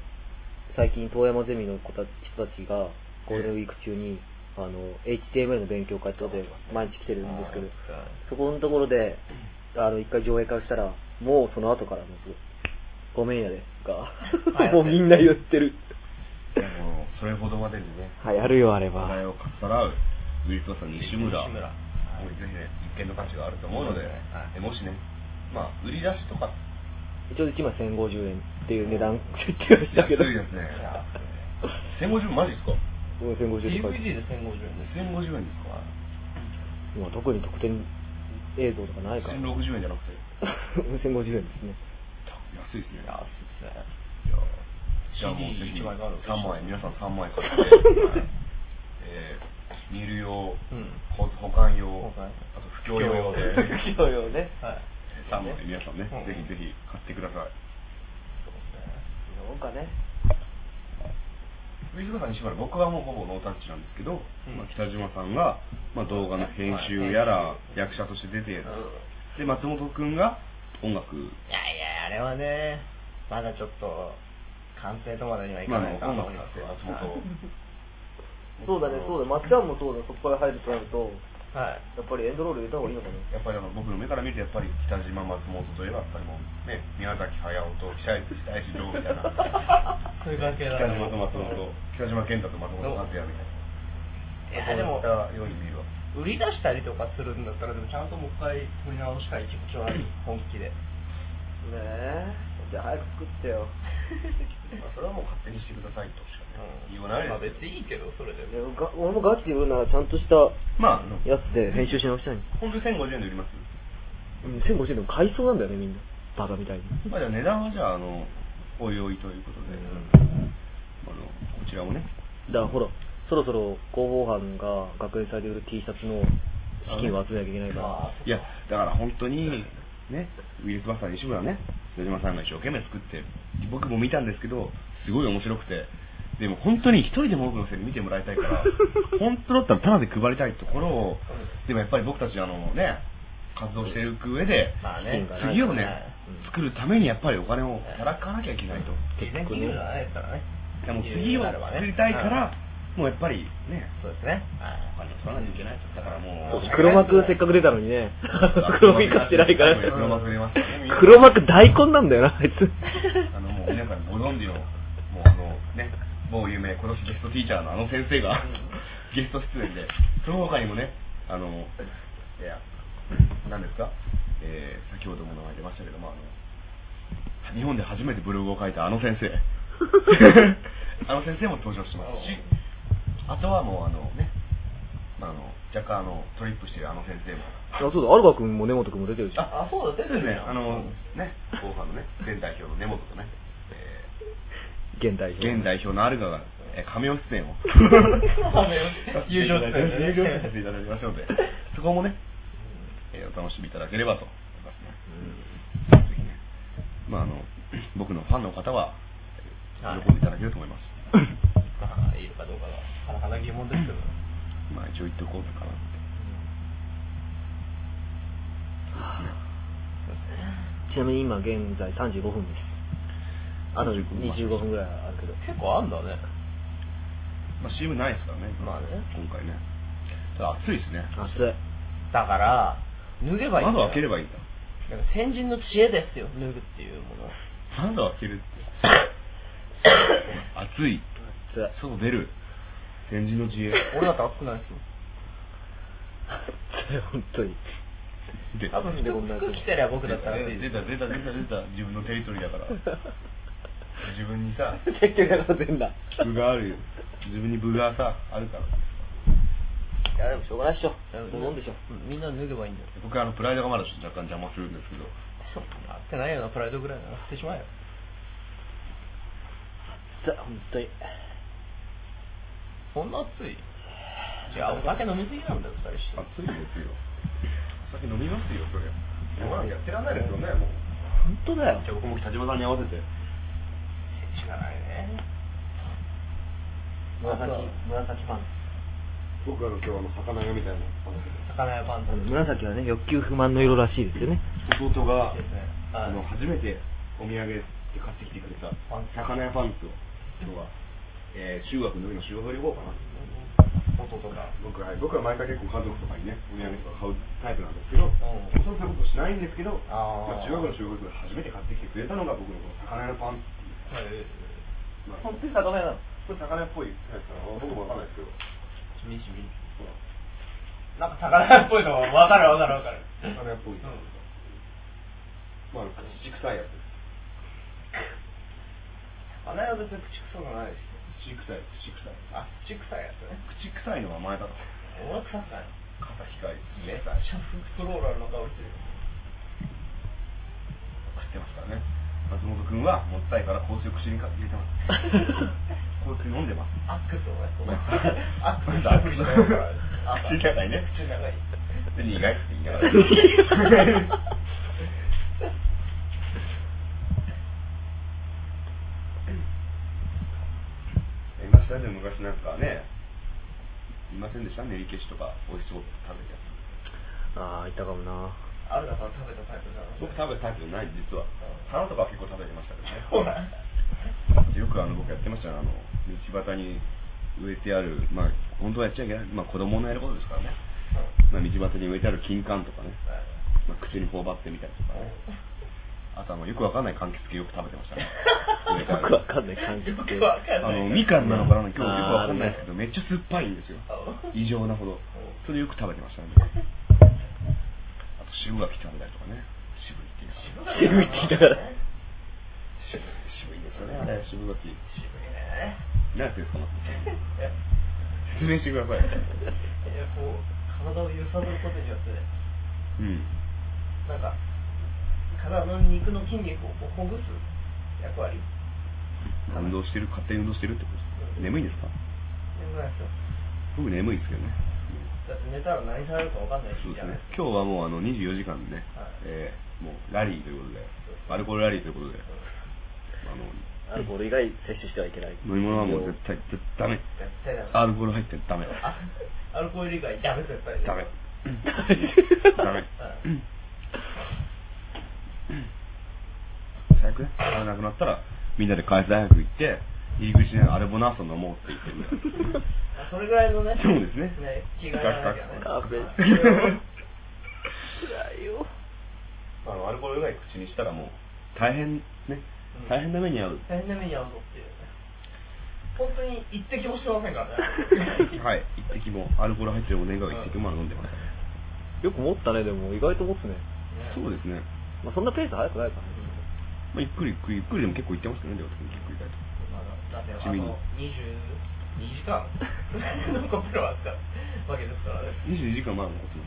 C: 最近、遠山ゼミの子た人たちが、ゴールデンウィーク中に、あの、HTML の勉強会とかで、毎日来てるんですけど、そこのところで、あの、一回上映会したら、もうその後からもうすぐ、ごめんやで、
A: は
C: が、
A: い
C: もうみんな言ってる。
B: いやもうそれほどまでにね
C: はい、あるよ、あれ
B: 話題
C: は。
B: をかっさらうウイルスバッター西村
A: 西村はい
B: もうぜひね一見の価値があると思うので、えもしねまあ売り出しとか
C: 一応、今1050円っていう値段設定はしたけど、
B: 安いですね1050マジですか
C: うん1050円とか
A: DVD で1050円です
B: 1050円ですか
C: まあ、特に特典映像とかないから。
B: 1060円じゃなくて
C: 1050円ですね。
B: 安いですね
A: 安いっすね
B: いやじゃあもうぜひ
A: CD 一枚がある
B: 3枚皆さん3枚買 って、はいえー、見る用、
A: うん
B: 保保管用
A: 保管
B: あと不況用で
A: 不況 用ねはい
B: 3枚皆さんね、
A: うん
B: ぜひぜひ買ってください
C: なんかね。
B: 藤川さん西村僕はもうほぼノータッチなんですけど、
A: ん
B: まあ、北島さんが、まあ、動画の編集やら、役者として出てやら、で松本君が音楽
A: いやいやあれはねまだちょっと完成とまでにはい
B: ま
A: か
B: あ
A: ないかな
B: 音楽達成松本
C: そうだね、そうだ、まっちゃんもそうだ、そこから入るとなると、
A: はい
C: やっぱりエンドロール入れた方がいいのかな。
B: やっぱりあの僕の目から見るとやっぱり北島松本といえばやっぱりもうね宮崎駿と久石久石郎みたいな
A: そういう関係だ
B: 北島と松本 北島健太と松本達也み
A: い
B: たいな
A: やでも
B: そういったように見るわ
A: 売り出したりとかするんだったらでもちゃんともう一回撮り直したい気持ちはある本気で
C: ねえ、じゃあ早く作ってよ。
B: まあそれはもう勝手にしてくださいとしかね、言わない
A: まあ
B: です
A: 別にいいけどそれで
C: でもが俺もガチで売るならちゃんとしたや
B: まああの
C: つで編集し直したいの。
B: 本当に1050円で売ります
C: うん1050円でも買いそうなんだよね、みんな。バカみたいに。
B: まあじゃあ値段はじゃああのおいおいということで、あのこちらもね
C: だからほら、そろそろ広報班が学園祭で売る T シャツの資金を集めなきゃいけないから。
B: いやだから本当にねウィルスバスター西村ね北島さんが一生懸命作って僕も見たんですけどすごい面白くてでも本当に一人でも多くの人に見てもらいたいから 本当だったらただで配りたいところをでもやっぱり僕たちあのね活動していく上で、
A: まあね
B: 次をね、
C: うん
B: 作るためにやっぱりお金を働かなきゃいけないと、
A: 事前金融じゃないですからね
B: でも次を
A: あればね
B: 作りたいか
A: う
B: ら
A: ん、
B: もうやっぱりね、
A: そうですねはい
B: お金を取らないといけないと。だからも
C: そう
B: う、、
C: 黒幕せっかく出たのにね黒幕買ってないから。
B: 黒幕出ましたね
C: 黒幕大根なんだよな、あいつ。
B: あのもう皆さんご存知の、もうあのね、某有名、今年ゲストティーチャーのあの先生が、ゲスト出演で、その他にもね、あの、いや、何ですか、えー先ほども名前出ましたけども、あの、日本で初めてブログを書いたあの先 生、あの先生も登場しますし、あとはもうあのね、まあ、あの若干あのトリップしてるあの先生も、
C: あ、そうだ、アルバ君も根本君も出てるじゃん。
A: あそうだ出てる
B: ね
A: じゃ、ん
B: あの、ね、後半のね、前代表の根本とね、えー
C: 現代表。
B: 現代表のアルガが、えー、亀尾出演を
A: 友情出演でね
B: 友情出演させていただきましょうのでそこもね、えーお楽しみいただければと思いますね、ぜひねまああの僕のファンの方はえ
A: はい
B: ー喜んでいただけると思います、
A: まあいるかどうかがはなかな疑問ですけど
B: まあ一応言っておこうかなって
C: ちなみに今現在35分です。あと25分ぐらいあるけど。
A: 結構あんだね
B: まあ CM ないですからね,、
A: まあね
B: 今回ねただ暑いですね
C: 暑い。
A: だから脱げばいいんだ
B: 窓
A: よ
B: 開ければいいんだ
A: なんか先人の知恵ですよ脱ぐっていうものは
B: 窓開ける暑い
C: 暑い。
B: 外出る先人の知恵。
A: 俺だって熱くないですよ。
C: 本当に。
B: で
C: 多分ねこんなやつ
E: 服着たら僕だったら
A: 出た出た出た出た自分のテリトリーだか ら自分にさ
C: 結局だから全だ。
B: 部があるよ。自分に部がさ、あるから。
C: いや、でもしょうがないっしょ。そうもんでしょ。
A: うんみんな脱げばいいんだよ
B: 僕あのプライドがまだちょっと若干邪魔するんですけど、
A: 合ってないよなプライドぐらいなら合ってしまえよ
C: さ、本当に。
A: そんな熱いじゃあお酒飲みすぎなんだよ二人して
B: 熱いですよ。お酒飲みますよ、それ。まあやってらんないですよね、もう。
C: 本当だよ。
B: じゃあ僕も立場さんに合わせて。
A: 知らないね
C: 紫、紫パン
B: 僕あの今日あの魚屋みたいな
A: 魚屋パン
C: ツ。あ
A: ダ
C: の紫はね、欲求不満の色らしいですよね。
B: 弟が
A: そうですねはい
B: あの初めてお土産で買ってきてくれた魚屋パンツを今日は、えー、中学の時の修学旅行かな
A: 弟が
B: 僕は僕は毎回結構家族とかにねお土産とか買うタイプなんですけど、そうそういうことしないんですけど、
A: あー
B: まあ中学の修学旅行で初めて買ってきてくれたのが僕のこの魚屋のパンツっていう、
A: え
B: まあ、
C: 本当に魚屋なの。
B: これ魚屋っぽいやつかな僕もわかんないですけど
A: ーしみしみ
B: ほら
A: なんか魚屋っぽいのわかるわかるわかる
B: 魚屋っぽい、まあ口臭いやつです
A: 魚屋は別に口臭くないし
B: 口臭い口臭い
A: あ口臭いやつね
B: 口臭いのは前だろ
A: 俺は臭くない
B: 肩控
A: めっ
B: え
A: ちゃフローラルな顔してる
B: 食ってますからね松本君はもったいから香水を口に入れてます香水飲んでます
A: アックスお前
B: ごめん
A: アックス
B: アックス
A: あ
B: 口長いね
A: 口長い
B: で苦いって言 いながら今スタジオ昔なんかねいませんでした練り消しとか美味しそう食べてやつ
C: ああ、いたかもな。
A: あるだから食べたタイプじゃん
B: 僕食べたタイプじゃない実は花とかは結構食べてましたけどね
A: ほら
B: よくあの僕やってましたねあの道端に植えてあるまあ本当はやっちゃいけない、まあ、子供のやることですからね、まあ、道端に植えてある金柑とかね、まあ、口に頬張ってみたりとかねあとあのよくわかんない柑橘系よく食べてましたね植え
C: よ
B: てある
C: くわかんない感じって。
A: わかん
B: あ
A: ない
B: のみかんなのかな今日よくわ
C: あー
B: かんないですけどめっちゃ酸っぱいんですよ異常なほどそれよく食べてましたねあと渋柿食べたりとかね渋いっていうか
C: 渋いって言いながら。
B: 渋いですよねあれ渋柿
A: 渋いね
B: 何やってるんですか説明してください
A: いやこう体を揺さぶることによって
B: うん
A: なんか体の肉の筋肉をこうほぐす役割
B: 運動してる勝手に運動してるってことです眠いんですか
A: 眠くないですよ
B: 僕眠いですけどね
A: だって寝たら何されるかわかんないし
B: そうですね
A: じ
B: 今日はもうあの24時間ね、えーもうラリーということでアルコールラリーということであの
C: アルコール以外摂取してはいけない。
B: 飲み物はもう絶対絶対ダメ
A: ゃない絶対ダメ
B: アルコール入ってダメだ
A: アルコール以外ダメ絶対
B: ダメ ダメ
A: うん
B: 最悪ねあれなくなったらみんなで海津大学行って入り口にアルボナーソ飲もうって言ってるんだ
A: ま
B: よ
A: あそれぐらいのね
B: そうですね
A: ね気がやらなきゃね
C: カーペ
A: うん
C: 辛いよ。
B: あのアルコール以外口にしたらもう大変ね大変な目に 遭う、
A: 大変な目に遭うぞっていうね本当に一滴もしてませんからね
B: はい一滴もアルコール入ってるお年賀が一滴も飲んでます、
C: よく持ったね、でも意外と持つね。
B: そうですね、
C: まあ、そんなペース早くないからね。
B: まあ、ゆっくりゆっくりゆっくりでも結構行ってますけどね両手に結構意外と
A: まあだってあ
B: ち
A: と
B: なみに
A: 22時間 残ってるわけですからね
B: 22時間前もこっちに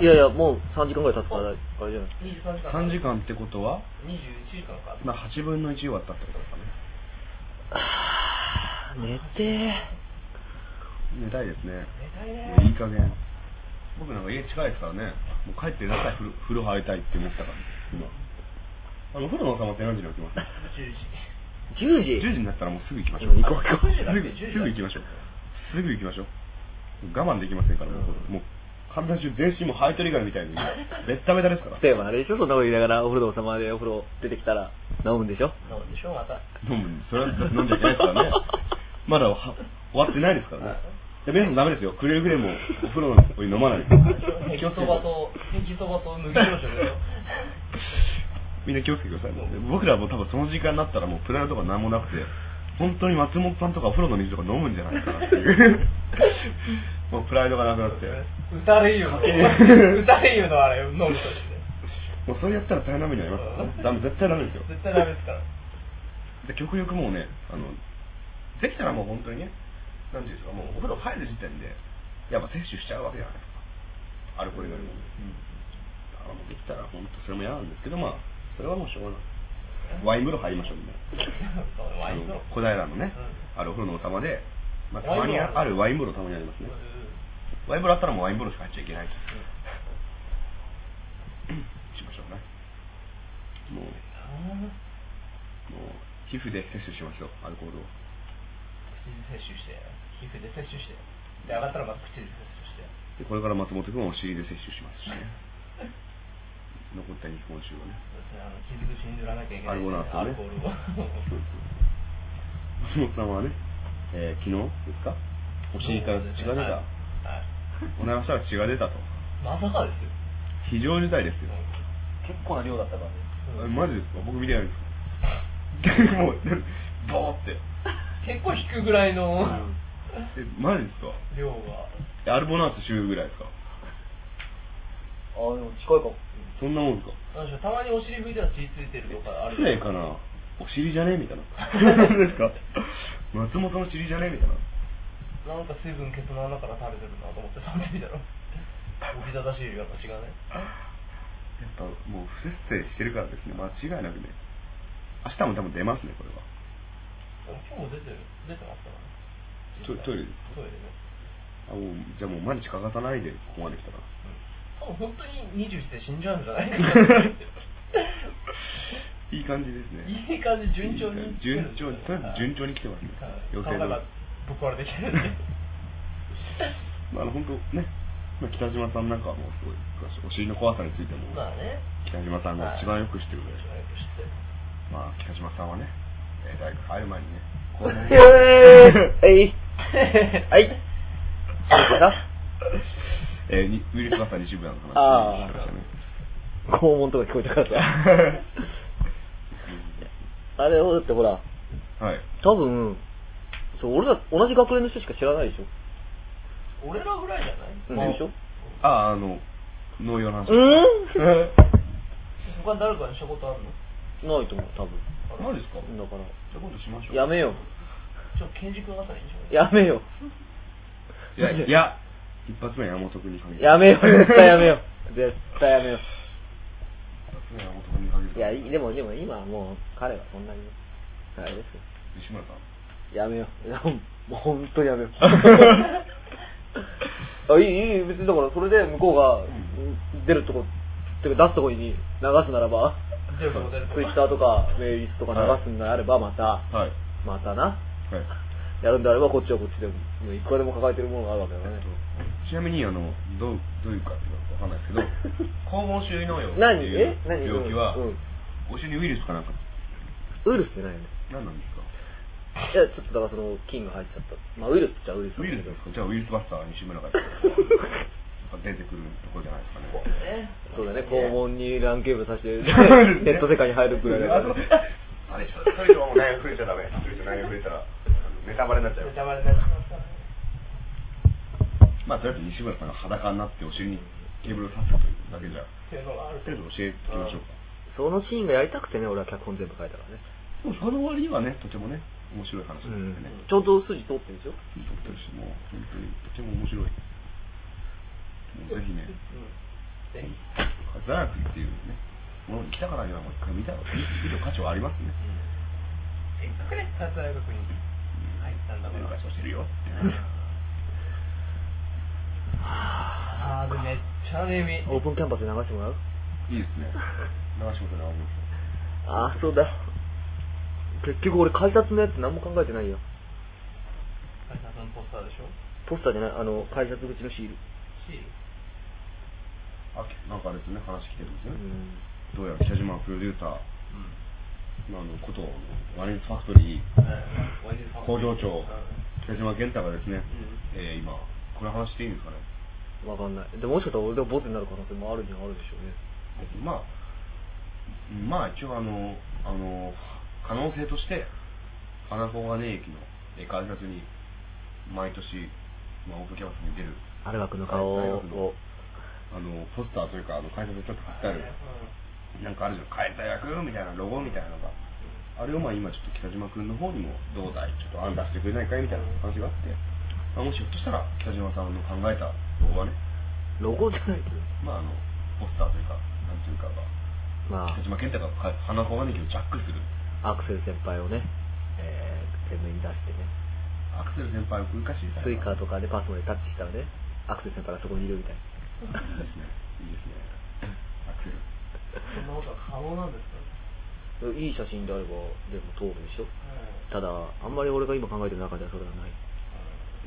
C: いやいや、もう3時間ぐらい経つから、あれじゃない。
A: 23時間
B: 3時間ってことは、
A: 21時間か
B: まあ、8分の1終わったってことですかね
C: あー寝てー。
B: 寝たいですね
A: 寝たいね
B: もういい加減僕なんか家近いですからねもう帰って中風呂風呂入りたいって思ってたから今あのお風呂の王様って何時に起きます
A: 10時
B: 10
C: 10時
B: 時になったらもうすぐ行きましょう
C: 行こう行こう。
B: すぐすぐ行きましょう。すぐ行きましょう。我慢できませんから、もう、もう体中全身もハイトリガルみたいに、ベッタベタですから。
C: 例えばあれでしょそんなこと言いながらお風呂様でお風呂出てきたら飲むんでしょ
A: 飲んでしょまた
B: 飲む、それは飲んじゃいけないですからね。まだは終わってないですからね。で皆さんダメですよ。くれぐれもお風呂のお湯飲まないで。
A: ヘキ
B: 気をつけ
A: そば
B: て
A: とヘキそばと麦焼酎だよ
B: みんな気をつけてください。僕らはもう多分その時間になったらもうプライドとか何もなくて、本当に松本さんとかお風呂の水とか飲むんじゃないかなっていう。もうプライドがなくなって。
A: 打たれ湯の、打たれ湯のあれ、飲むとして。
B: もうそれやったら大変な目になります。ダメ、絶対ダメですよ。
A: 絶対ダメですから。
B: で極力もうねあのできたらもう本当にねなんていうんですかもうお風呂入る時点でやっぱ摂取しちゃうわけじゃないですかアルコールよりも、だからもうできたら本当それも嫌なんですけどまあそれはもうしょうがないワイン風呂入りましょうみんな
A: ワイン風呂
B: あの小平のね、
A: う
B: あるお風呂のおまで、まあ、たまにあるワイン風呂たまにありますねワイン風呂あったらもうワイン風呂しか入っちゃいけないと、しましょうねもうもう皮膚で摂取しましょうアルコールを
A: 口で摂取して、皮膚で摂取して。で、上がったらまた口で摂取して。
B: でこれから松本君はお尻で摂取しますしね残った日本酒をね
A: そうですね、あの、傷口に塗らなきゃいけ
B: ア
A: ないで
B: ル
A: すね、アルコールを。
B: ゴナートね松本さんはね、えー昨日ですか お尻から血が出た、
A: はい。
B: お腹から血が出たと
A: まさかですよ。
B: 非常事態ですよ、
A: 結構な量だったからね。
B: えマジですか僕見てないですか もうボーって
A: 結構引くぐらいの
B: えマジですか
A: 量が。
B: えアルボナート週ぐらいですか
C: あ、でも近いかも。
B: そんなもんですか
A: なんでしょうたまにお尻拭いたら血ついてるとかある
B: 失礼かなお尻じゃねえみたいな何ですか松本の尻じゃねえみたいな
A: なんか水分ケツの穴から垂れてるなと思って食べてみたら。 おびただしい量が違うね。
B: やっぱもう不節制してるからですね間違いなくね明日も多分出ますねこれは
A: でも今日も出てる、出てますからね。
B: トトイレ
A: トイレね。
B: あもうじゃあもう毎日欠かさないでここまで来たら
A: 多分本当に21で死んじゃうんじゃないです か
B: いい感じですね
A: いい感じ順調に
B: いい感じ順調にとりあえず順調に来てますね予定通り
A: がぶっ壊れてきてるん で
B: まああの本当ねまあ北島さんなんかはもうすごい詳しいお尻の怖さについても
A: まあね
B: 北島さんが一番よく知ってるぐらい
A: 一番よく知ってる
B: まあ北島さんはね、えー大学入る前にねこう
C: えー、えい。はい。
B: えーにウィルス・バッター西部なの話
C: あー
B: しましたね
C: 肛門とか聞こえ たからさ。あれ、だってほら、
B: はい
C: 多分、そう、俺ら、同じ学年の人しか知らないでしょ
A: 俺らぐらいじゃない
C: うん
A: まあ
C: でしょ
B: あああの農業の話
C: うん
A: 他に誰かにしたことあるの
C: ないと思う、多分。
B: マジですか
C: だか
B: じ
C: ら、
B: ゃあ今度しましょう
C: やめよ
A: ちょっと健二君あたりにしよ
C: う。やめよ
B: いやい や一発目は山本君に限
C: う。
B: る
C: やめよう。絶対や めよう。絶対やめよ
B: 一発目は山本君に限
C: う。
B: る
C: いや、いいでも、でも今はもう、彼はそんなに、あれですよ。
B: 西村さん
C: やめよう。 ほんもう本当にや めよう。あいい、いい、別にだから、それで向こうが出るとこ、てか出すとこに流すならば、
A: う出るとこ出ると
C: ツイ
A: こ
C: ッターとかメールとか流すのであれば、また、
B: はいはい
C: またな、やるんであれば、こっちはこっちで、もういくらでも抱えてるものがあるわけだからね。
B: ちなみにあのどうどういうかっていうのはわかんないです けど肛門周囲のよ
C: 何え何
B: 病気は、
C: うんうん
B: お尻にウイルスかなんか
C: ウイルスってないよね。
B: 何なんですか
C: いや、ちょっとだからその、菌が入っちゃった。まあ、ウイルスっちゃウイルス
B: ウイルスですかじゃあウイルスバスター西村がやってる出てくるとこじゃないですかね
C: そうだね、肛門にランケーブルさせ て、
B: ね
C: ネット世界に入るくらいだ
B: あそ
C: か
B: う
C: ら。
B: あれそれ以上はもう内容触れちゃダメそれ以上内容触れたらネタバレになっちゃう
A: ネタバレになっちゃいますからね
B: まあとりあえず西村さんが裸になってお尻にケーブルを刺すというだけじゃ
A: っていうのがある
B: とりあえず教えておきましょうか
C: そのシーンがやりたくてね、俺は脚本全部書いたからね。
B: でもその割にはねとてもね面白い話です
C: う
B: よ
C: ん
B: ね、
C: ちょうど筋通ってるでしょ
B: 本当にもう本当にとても面白いもうぜひね
A: ぜひ
B: 「ザラク」っていうねものに来たからにはもう一回見たら見る価値はありますね
A: せっかくね桂大学に入ったんだか
B: 見る
A: ら
B: 価値をしてるよって
A: あーでめっちゃ眠い
C: オープンキャンパスで流してもらう
B: いいですね長仕事でありますよ
C: ああ、そうだ。結局俺改札のやつ何も考えてないよ。
A: 会社のポスターでしょ
C: ポスターじゃない、あの、改札口のシール。
A: シール
B: あなんかあれですね話来てるんです
C: う
B: よね、どうや
C: ん。
B: ら北島プロデューサ
A: うん
B: ーのあのことワレンスファクトリー工場長
A: う
B: 北島健太がですね、
A: う
B: えー今これ話していいんですかね
C: わかんない。でももしかしたら俺がボツになる可能性もあるにはあるでしょうね。
B: えっとまあまあ一応あのあの可能性として花子金駅のえー改札に毎年、まあ、オープンキャンパスに出る
C: アルバクの顔を、
B: あのポスターというかあの改札にちょっと貼ってあるなんかあるじゃん帰大学みたいなロゴみたいなのがあれをまあ今ちょっと北島君の方にもどうだいちょっと案出してくれないかいみたいな話があって、まあ、もしひょっとしたら北島さんの考えたロゴはね
C: ロゴじゃないけど、
B: まああのポスターというかなんていうかが
C: まあ
B: 北、島健太がか花子姉貴をジャックする
C: アクセル先輩をね、えー、前面に出してね、
B: アクセル先輩を空かしみたいな
C: スイカとかでパスモでタッチしたらね、アクセル先輩がそこにいるみたいな。
B: いいですねいいですねアクセル
A: そんなことは可能なんですか
C: いい写真であれば、でも通るでしょ。ただ、あんまり俺が今考えてる中ではそれはない。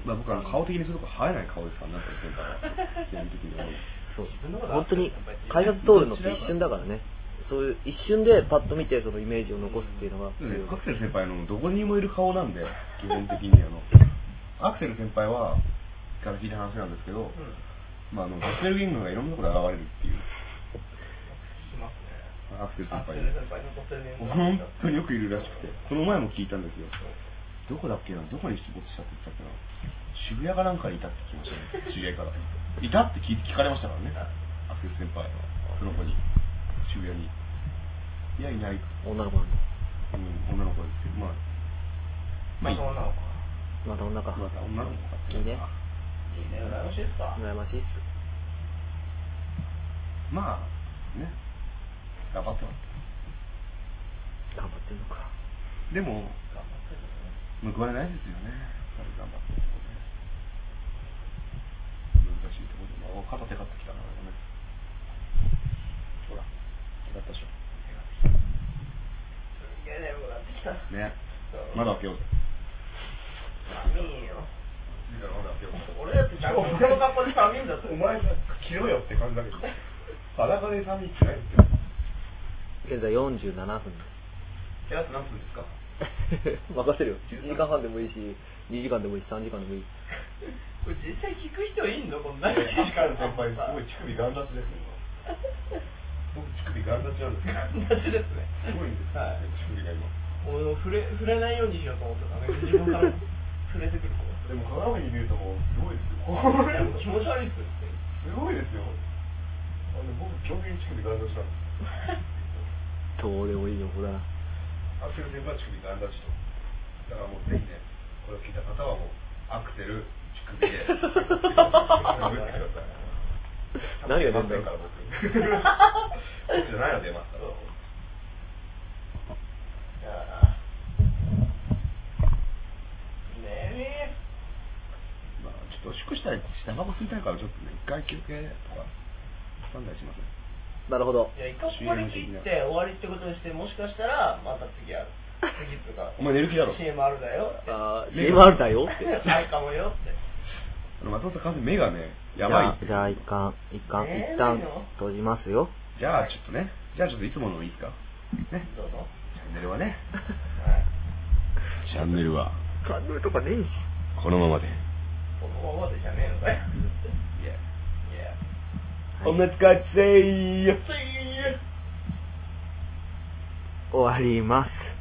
B: まあ僕はあの顔的にすごく生えない顔ですからね、この先輩は。基本的には。
C: そう
A: 自分のこと
C: 本当に改札通るのって一瞬だからね。そういう一瞬でパッと見てそのイメージを残すっていうのが、
B: うんアクセル先輩のどこにもいる顔なんで、基本的にあの、アクセル先輩は、から聞いた話なんですけど、まああの、バステルゲングがいろんなところで現れるっていう、
A: しますね。
B: アクセル先
A: アクセル先
B: 輩
A: 輩のボトルネームが
B: 本当によくいるらしくて、この前も聞いたんですよ。どこだっけな、どこに出没したって言ってたっけな。渋谷かなんかにいたって聞きましたね、知り合いから。いたって聞い聞かれましたからね、アクセル先輩は、その子に、渋谷に。いや、いない。
C: 女の子なんだ。
B: うん、女の子ですけど、ま
A: ま
B: あ、まあ
A: あ、そ
B: いい
A: うなのか。
B: ま
C: また女か。
B: た女の子か
C: いいね。
A: いいね、羨ましいっすか。
C: 羨ましいっす。
B: まあ、ね、頑張ってます。
C: 頑張ってんのか。
B: でも、報われないですよね、やっぱり頑張ってるとね。難しいところで、まあ、片手買ってきたな、あれもね。ほら、手買ったでしょ。
A: すげえ眠くなってきた。
B: ね、まだ開けようぜ。
A: 寒いよ。俺だってジャコの格好で寒いんだぞ。
B: お前、着ろよって感じ だけど、裸で寒いって ないって。
C: 現在47分で
B: え、
C: す。
B: あと何分ですか
C: 任せるよ。1時間半でもいいし、2時間でもいいし、3時間でもいい。
A: これ実際聞く人いんのこんなに。
B: 確かに先輩、すごい乳首ガンダチですね。今僕、乳首ガンダ チなんです
A: 同じで
B: けど、
A: すね。
B: すごいんですよ
A: はい。
B: 乳首が今。
A: 俺も触れ、触れないようにしようと思ってたんだけど、自分から触れてくる子
B: でも鏡に見るともうすごいですよ。こ
A: い
B: れ
A: やもう気持ち悪いっすよ。
B: すごいですよ。あの僕、基本的に乳首ガンダチなんですよ。
C: どうでもいい情報だな。
B: アクセル先輩は乳首ガンダチと。だからもうぜひね、これを聞いた方はもう、アクセル、乳首で、ダブってください。
C: 何が
B: 出
C: 出んだろう
B: ませんから僕。僕じゃないの出ますから。
A: いやー眠い。
B: まあ、ちょっとおしっこしたり、タバコ吸いたいから、ちょっとね、一回休憩とか、挟んだりしますね。
C: なるほど。
A: いや、一回ここで切って終わりってことにして、もしかしたら、また次ある。次とか。
B: お前寝る気だろ
A: CM あるだよって。
C: あー、CMR だよって。
A: ないかもよって。
B: あの、松本さん、完全に目がね、やばいって
C: じゃあ、じゃあ一旦、一
A: え
C: 旦、
A: ー
C: 一
A: ない
C: 旦
A: の
C: 閉じます よ。
B: じゃあ、ちょっとね、じゃあ、ちょっといつものいいですか。ね、
A: どうぞ。
B: チャンネルはね、
A: はい。
B: チャンネルは、
C: チャンネルとかねえし。
B: このままで。
A: このままでじゃねえのかよ。
B: いや、
A: いや。
B: おめでかちせーよ。
A: つい
C: 終わります。